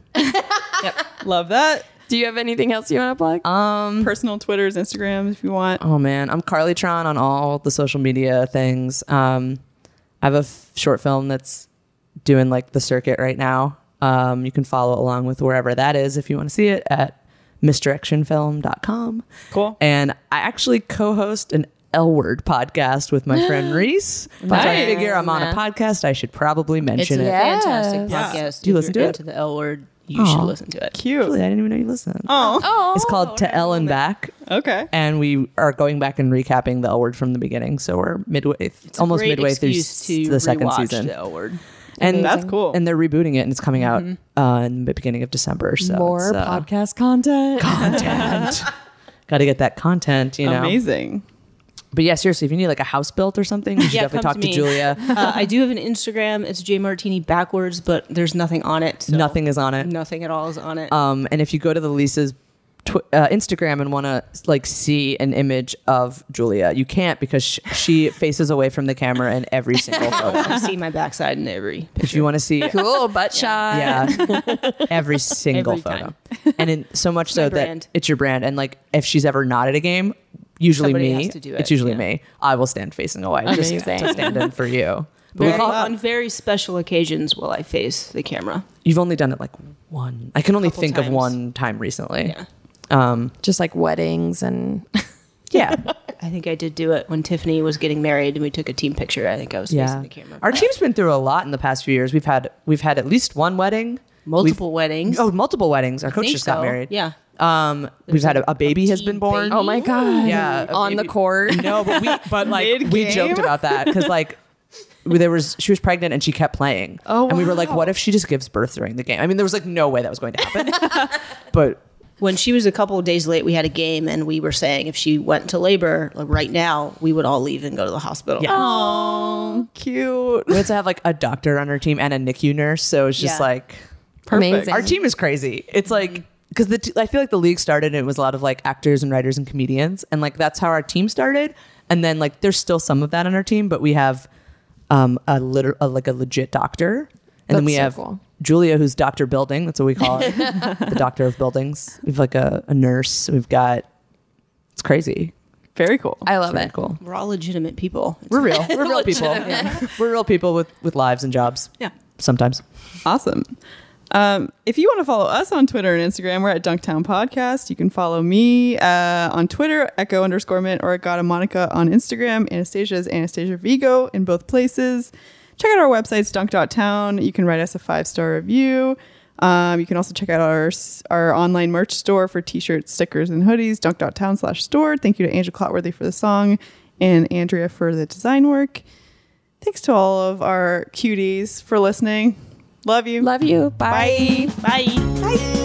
[SPEAKER 2] Love that.
[SPEAKER 1] do you have anything else you want to plug?
[SPEAKER 2] Personal Twitters, Instagrams, if you want.
[SPEAKER 3] Oh man, I'm Carlytron on all the social media things. Um, I have a f- short film that's doing like the circuit right now. Um, you can follow along with wherever that is if you want to see it at misdirectionfilm.com.
[SPEAKER 2] Cool.
[SPEAKER 3] And I actually co-host an L Word podcast with my
[SPEAKER 2] [gasps]
[SPEAKER 3] friend Reese. So I
[SPEAKER 2] Nice.
[SPEAKER 3] figure I'm on a
[SPEAKER 1] Yeah.
[SPEAKER 3] podcast. I should probably
[SPEAKER 4] It's
[SPEAKER 3] mention
[SPEAKER 4] a
[SPEAKER 3] it.
[SPEAKER 1] Yes.
[SPEAKER 4] fantastic
[SPEAKER 1] Yeah.
[SPEAKER 4] podcast.
[SPEAKER 3] Do you
[SPEAKER 4] If
[SPEAKER 3] listen
[SPEAKER 4] you're
[SPEAKER 3] to it?
[SPEAKER 4] into the L word, you should listen to it.
[SPEAKER 2] Cute.
[SPEAKER 3] Really, I didn't even know you listened.
[SPEAKER 2] Oh,
[SPEAKER 1] oh,
[SPEAKER 3] it's called To L and Back.
[SPEAKER 2] okay.
[SPEAKER 3] and we are going back and recapping the L word from the beginning. So we're midway, almost
[SPEAKER 4] Great
[SPEAKER 3] midway through
[SPEAKER 4] excuse
[SPEAKER 3] s-
[SPEAKER 4] to
[SPEAKER 3] the second
[SPEAKER 4] rewatch
[SPEAKER 3] season,
[SPEAKER 4] The L
[SPEAKER 3] [laughs]
[SPEAKER 4] word.
[SPEAKER 3] and
[SPEAKER 2] That's cool.
[SPEAKER 3] And they're rebooting it, and it's coming out
[SPEAKER 4] Mm-hmm.
[SPEAKER 3] uh, in the beginning of December. So
[SPEAKER 1] more
[SPEAKER 3] it's, uh,
[SPEAKER 1] podcast content.
[SPEAKER 3] content. Got to get that content, you know.
[SPEAKER 2] Amazing.
[SPEAKER 3] But yeah, seriously, if you need like a house built or something, you should
[SPEAKER 4] Yeah,
[SPEAKER 3] definitely
[SPEAKER 4] come
[SPEAKER 3] talk
[SPEAKER 4] to
[SPEAKER 3] to,
[SPEAKER 4] me.
[SPEAKER 3] Julia.
[SPEAKER 4] [laughs]
[SPEAKER 3] [laughs]
[SPEAKER 4] Uh, I do have an Instagram. It's J Martini backwards, but there's nothing on it. so
[SPEAKER 3] Nothing is on it.
[SPEAKER 4] Nothing at all is on it.
[SPEAKER 3] Um, and if you go to the Lisa's tw- uh, Instagram and want to like see an image of Julia, you can't because sh-
[SPEAKER 4] [laughs]
[SPEAKER 3] she faces away from the camera in every single photo.
[SPEAKER 4] you Oh, see my backside in every
[SPEAKER 3] if you want to see
[SPEAKER 1] [laughs] cool butt shot.
[SPEAKER 4] [laughs]
[SPEAKER 3] Yeah. Every single
[SPEAKER 4] Every
[SPEAKER 3] photo.
[SPEAKER 4] time.
[SPEAKER 3] And in, so much so
[SPEAKER 4] my
[SPEAKER 3] that
[SPEAKER 4] brand.
[SPEAKER 3] it's your brand. And like if she's ever not at a game, usually
[SPEAKER 4] Somebody
[SPEAKER 3] me.
[SPEAKER 4] has to do
[SPEAKER 3] It's
[SPEAKER 4] it,
[SPEAKER 3] usually
[SPEAKER 4] yeah.
[SPEAKER 3] me. I will stand facing away just to
[SPEAKER 1] Amazing.
[SPEAKER 3] stand in
[SPEAKER 4] [laughs]
[SPEAKER 3] for you. But we
[SPEAKER 4] Very,
[SPEAKER 3] call,
[SPEAKER 4] on very special occasions will I face the camera.
[SPEAKER 3] you've only done it like one. I can only
[SPEAKER 4] Couple
[SPEAKER 3] think of
[SPEAKER 4] times.
[SPEAKER 3] one time recently.
[SPEAKER 4] Yeah.
[SPEAKER 3] Um,
[SPEAKER 1] Just like weddings [laughs] and
[SPEAKER 4] [laughs]
[SPEAKER 3] yeah.
[SPEAKER 4] I think I did do it when Tiffany was getting married and we took a team picture. I think I was
[SPEAKER 3] yeah.
[SPEAKER 4] facing the camera.
[SPEAKER 3] Our team's been through a lot in the past few years. We've had we've had at least one wedding.
[SPEAKER 4] Multiple weddings.
[SPEAKER 3] Oh, multiple weddings.
[SPEAKER 4] I
[SPEAKER 3] Our coach
[SPEAKER 4] think
[SPEAKER 3] just got
[SPEAKER 4] so.
[SPEAKER 3] married.
[SPEAKER 4] Yeah.
[SPEAKER 3] Um, we've had a, a baby has
[SPEAKER 4] teen
[SPEAKER 3] been born.
[SPEAKER 4] baby. Oh
[SPEAKER 1] my god.
[SPEAKER 3] Yeah, uh,
[SPEAKER 1] On the
[SPEAKER 3] maybe-
[SPEAKER 1] court.
[SPEAKER 3] No, but we but like we
[SPEAKER 2] Mid-game?
[SPEAKER 3] joked about that because like there was she was pregnant and she kept playing. Oh, and we were like, what if she just gives birth during the game? I mean, there was like no way that was going to happen. but
[SPEAKER 4] When she was a couple of days late, we had a game and we were saying if she went to labor like right now, we would all leave and go to the hospital.
[SPEAKER 3] Yeah.
[SPEAKER 2] Cute.
[SPEAKER 3] we had to have like a doctor on our team and a NICU nurse, so it's just
[SPEAKER 4] Yeah.
[SPEAKER 3] like
[SPEAKER 1] Amazing. Mm-hmm.
[SPEAKER 3] our team is crazy. It's like because the t- I feel like the league started and it was a lot of like actors and writers and comedians, and like that's how our team started. And then like there's still some of that on our team, but we have um a liter a, like a legit doctor, and then
[SPEAKER 1] That's
[SPEAKER 3] we
[SPEAKER 1] so
[SPEAKER 3] have
[SPEAKER 1] cool.
[SPEAKER 3] Julia who's Doctor Building. That's what we call it,
[SPEAKER 1] [laughs]
[SPEAKER 3] the Doctor of Buildings. We've like a, a nurse. We've got it's crazy.
[SPEAKER 2] Very cool.
[SPEAKER 1] I love
[SPEAKER 3] Very
[SPEAKER 1] it.
[SPEAKER 3] cool.
[SPEAKER 4] We're all legitimate people.
[SPEAKER 3] We're real.
[SPEAKER 1] [laughs]
[SPEAKER 3] We're real people. We're real people with with lives and jobs.
[SPEAKER 2] Yeah.
[SPEAKER 3] Sometimes.
[SPEAKER 2] Awesome. Um, if you want to follow us on Twitter and Instagram, we're at Dunktown Podcast. You can follow me uh, on Twitter, Echo underscore Mint, or Agata Monica on Instagram. Anastasia is Anastasia Vigo in both places. Check out our websites, dunk.town. You can write us a five star review. Um, you can also check out our our online merch store for t shirts, stickers, and hoodies, dunk.town slash store. Thank you to Angel Clotworthy for the song and Andrea for the design work. Thanks to all of our cuties for listening. Love you.
[SPEAKER 1] Love you. Bye.
[SPEAKER 4] Bye.
[SPEAKER 2] Bye.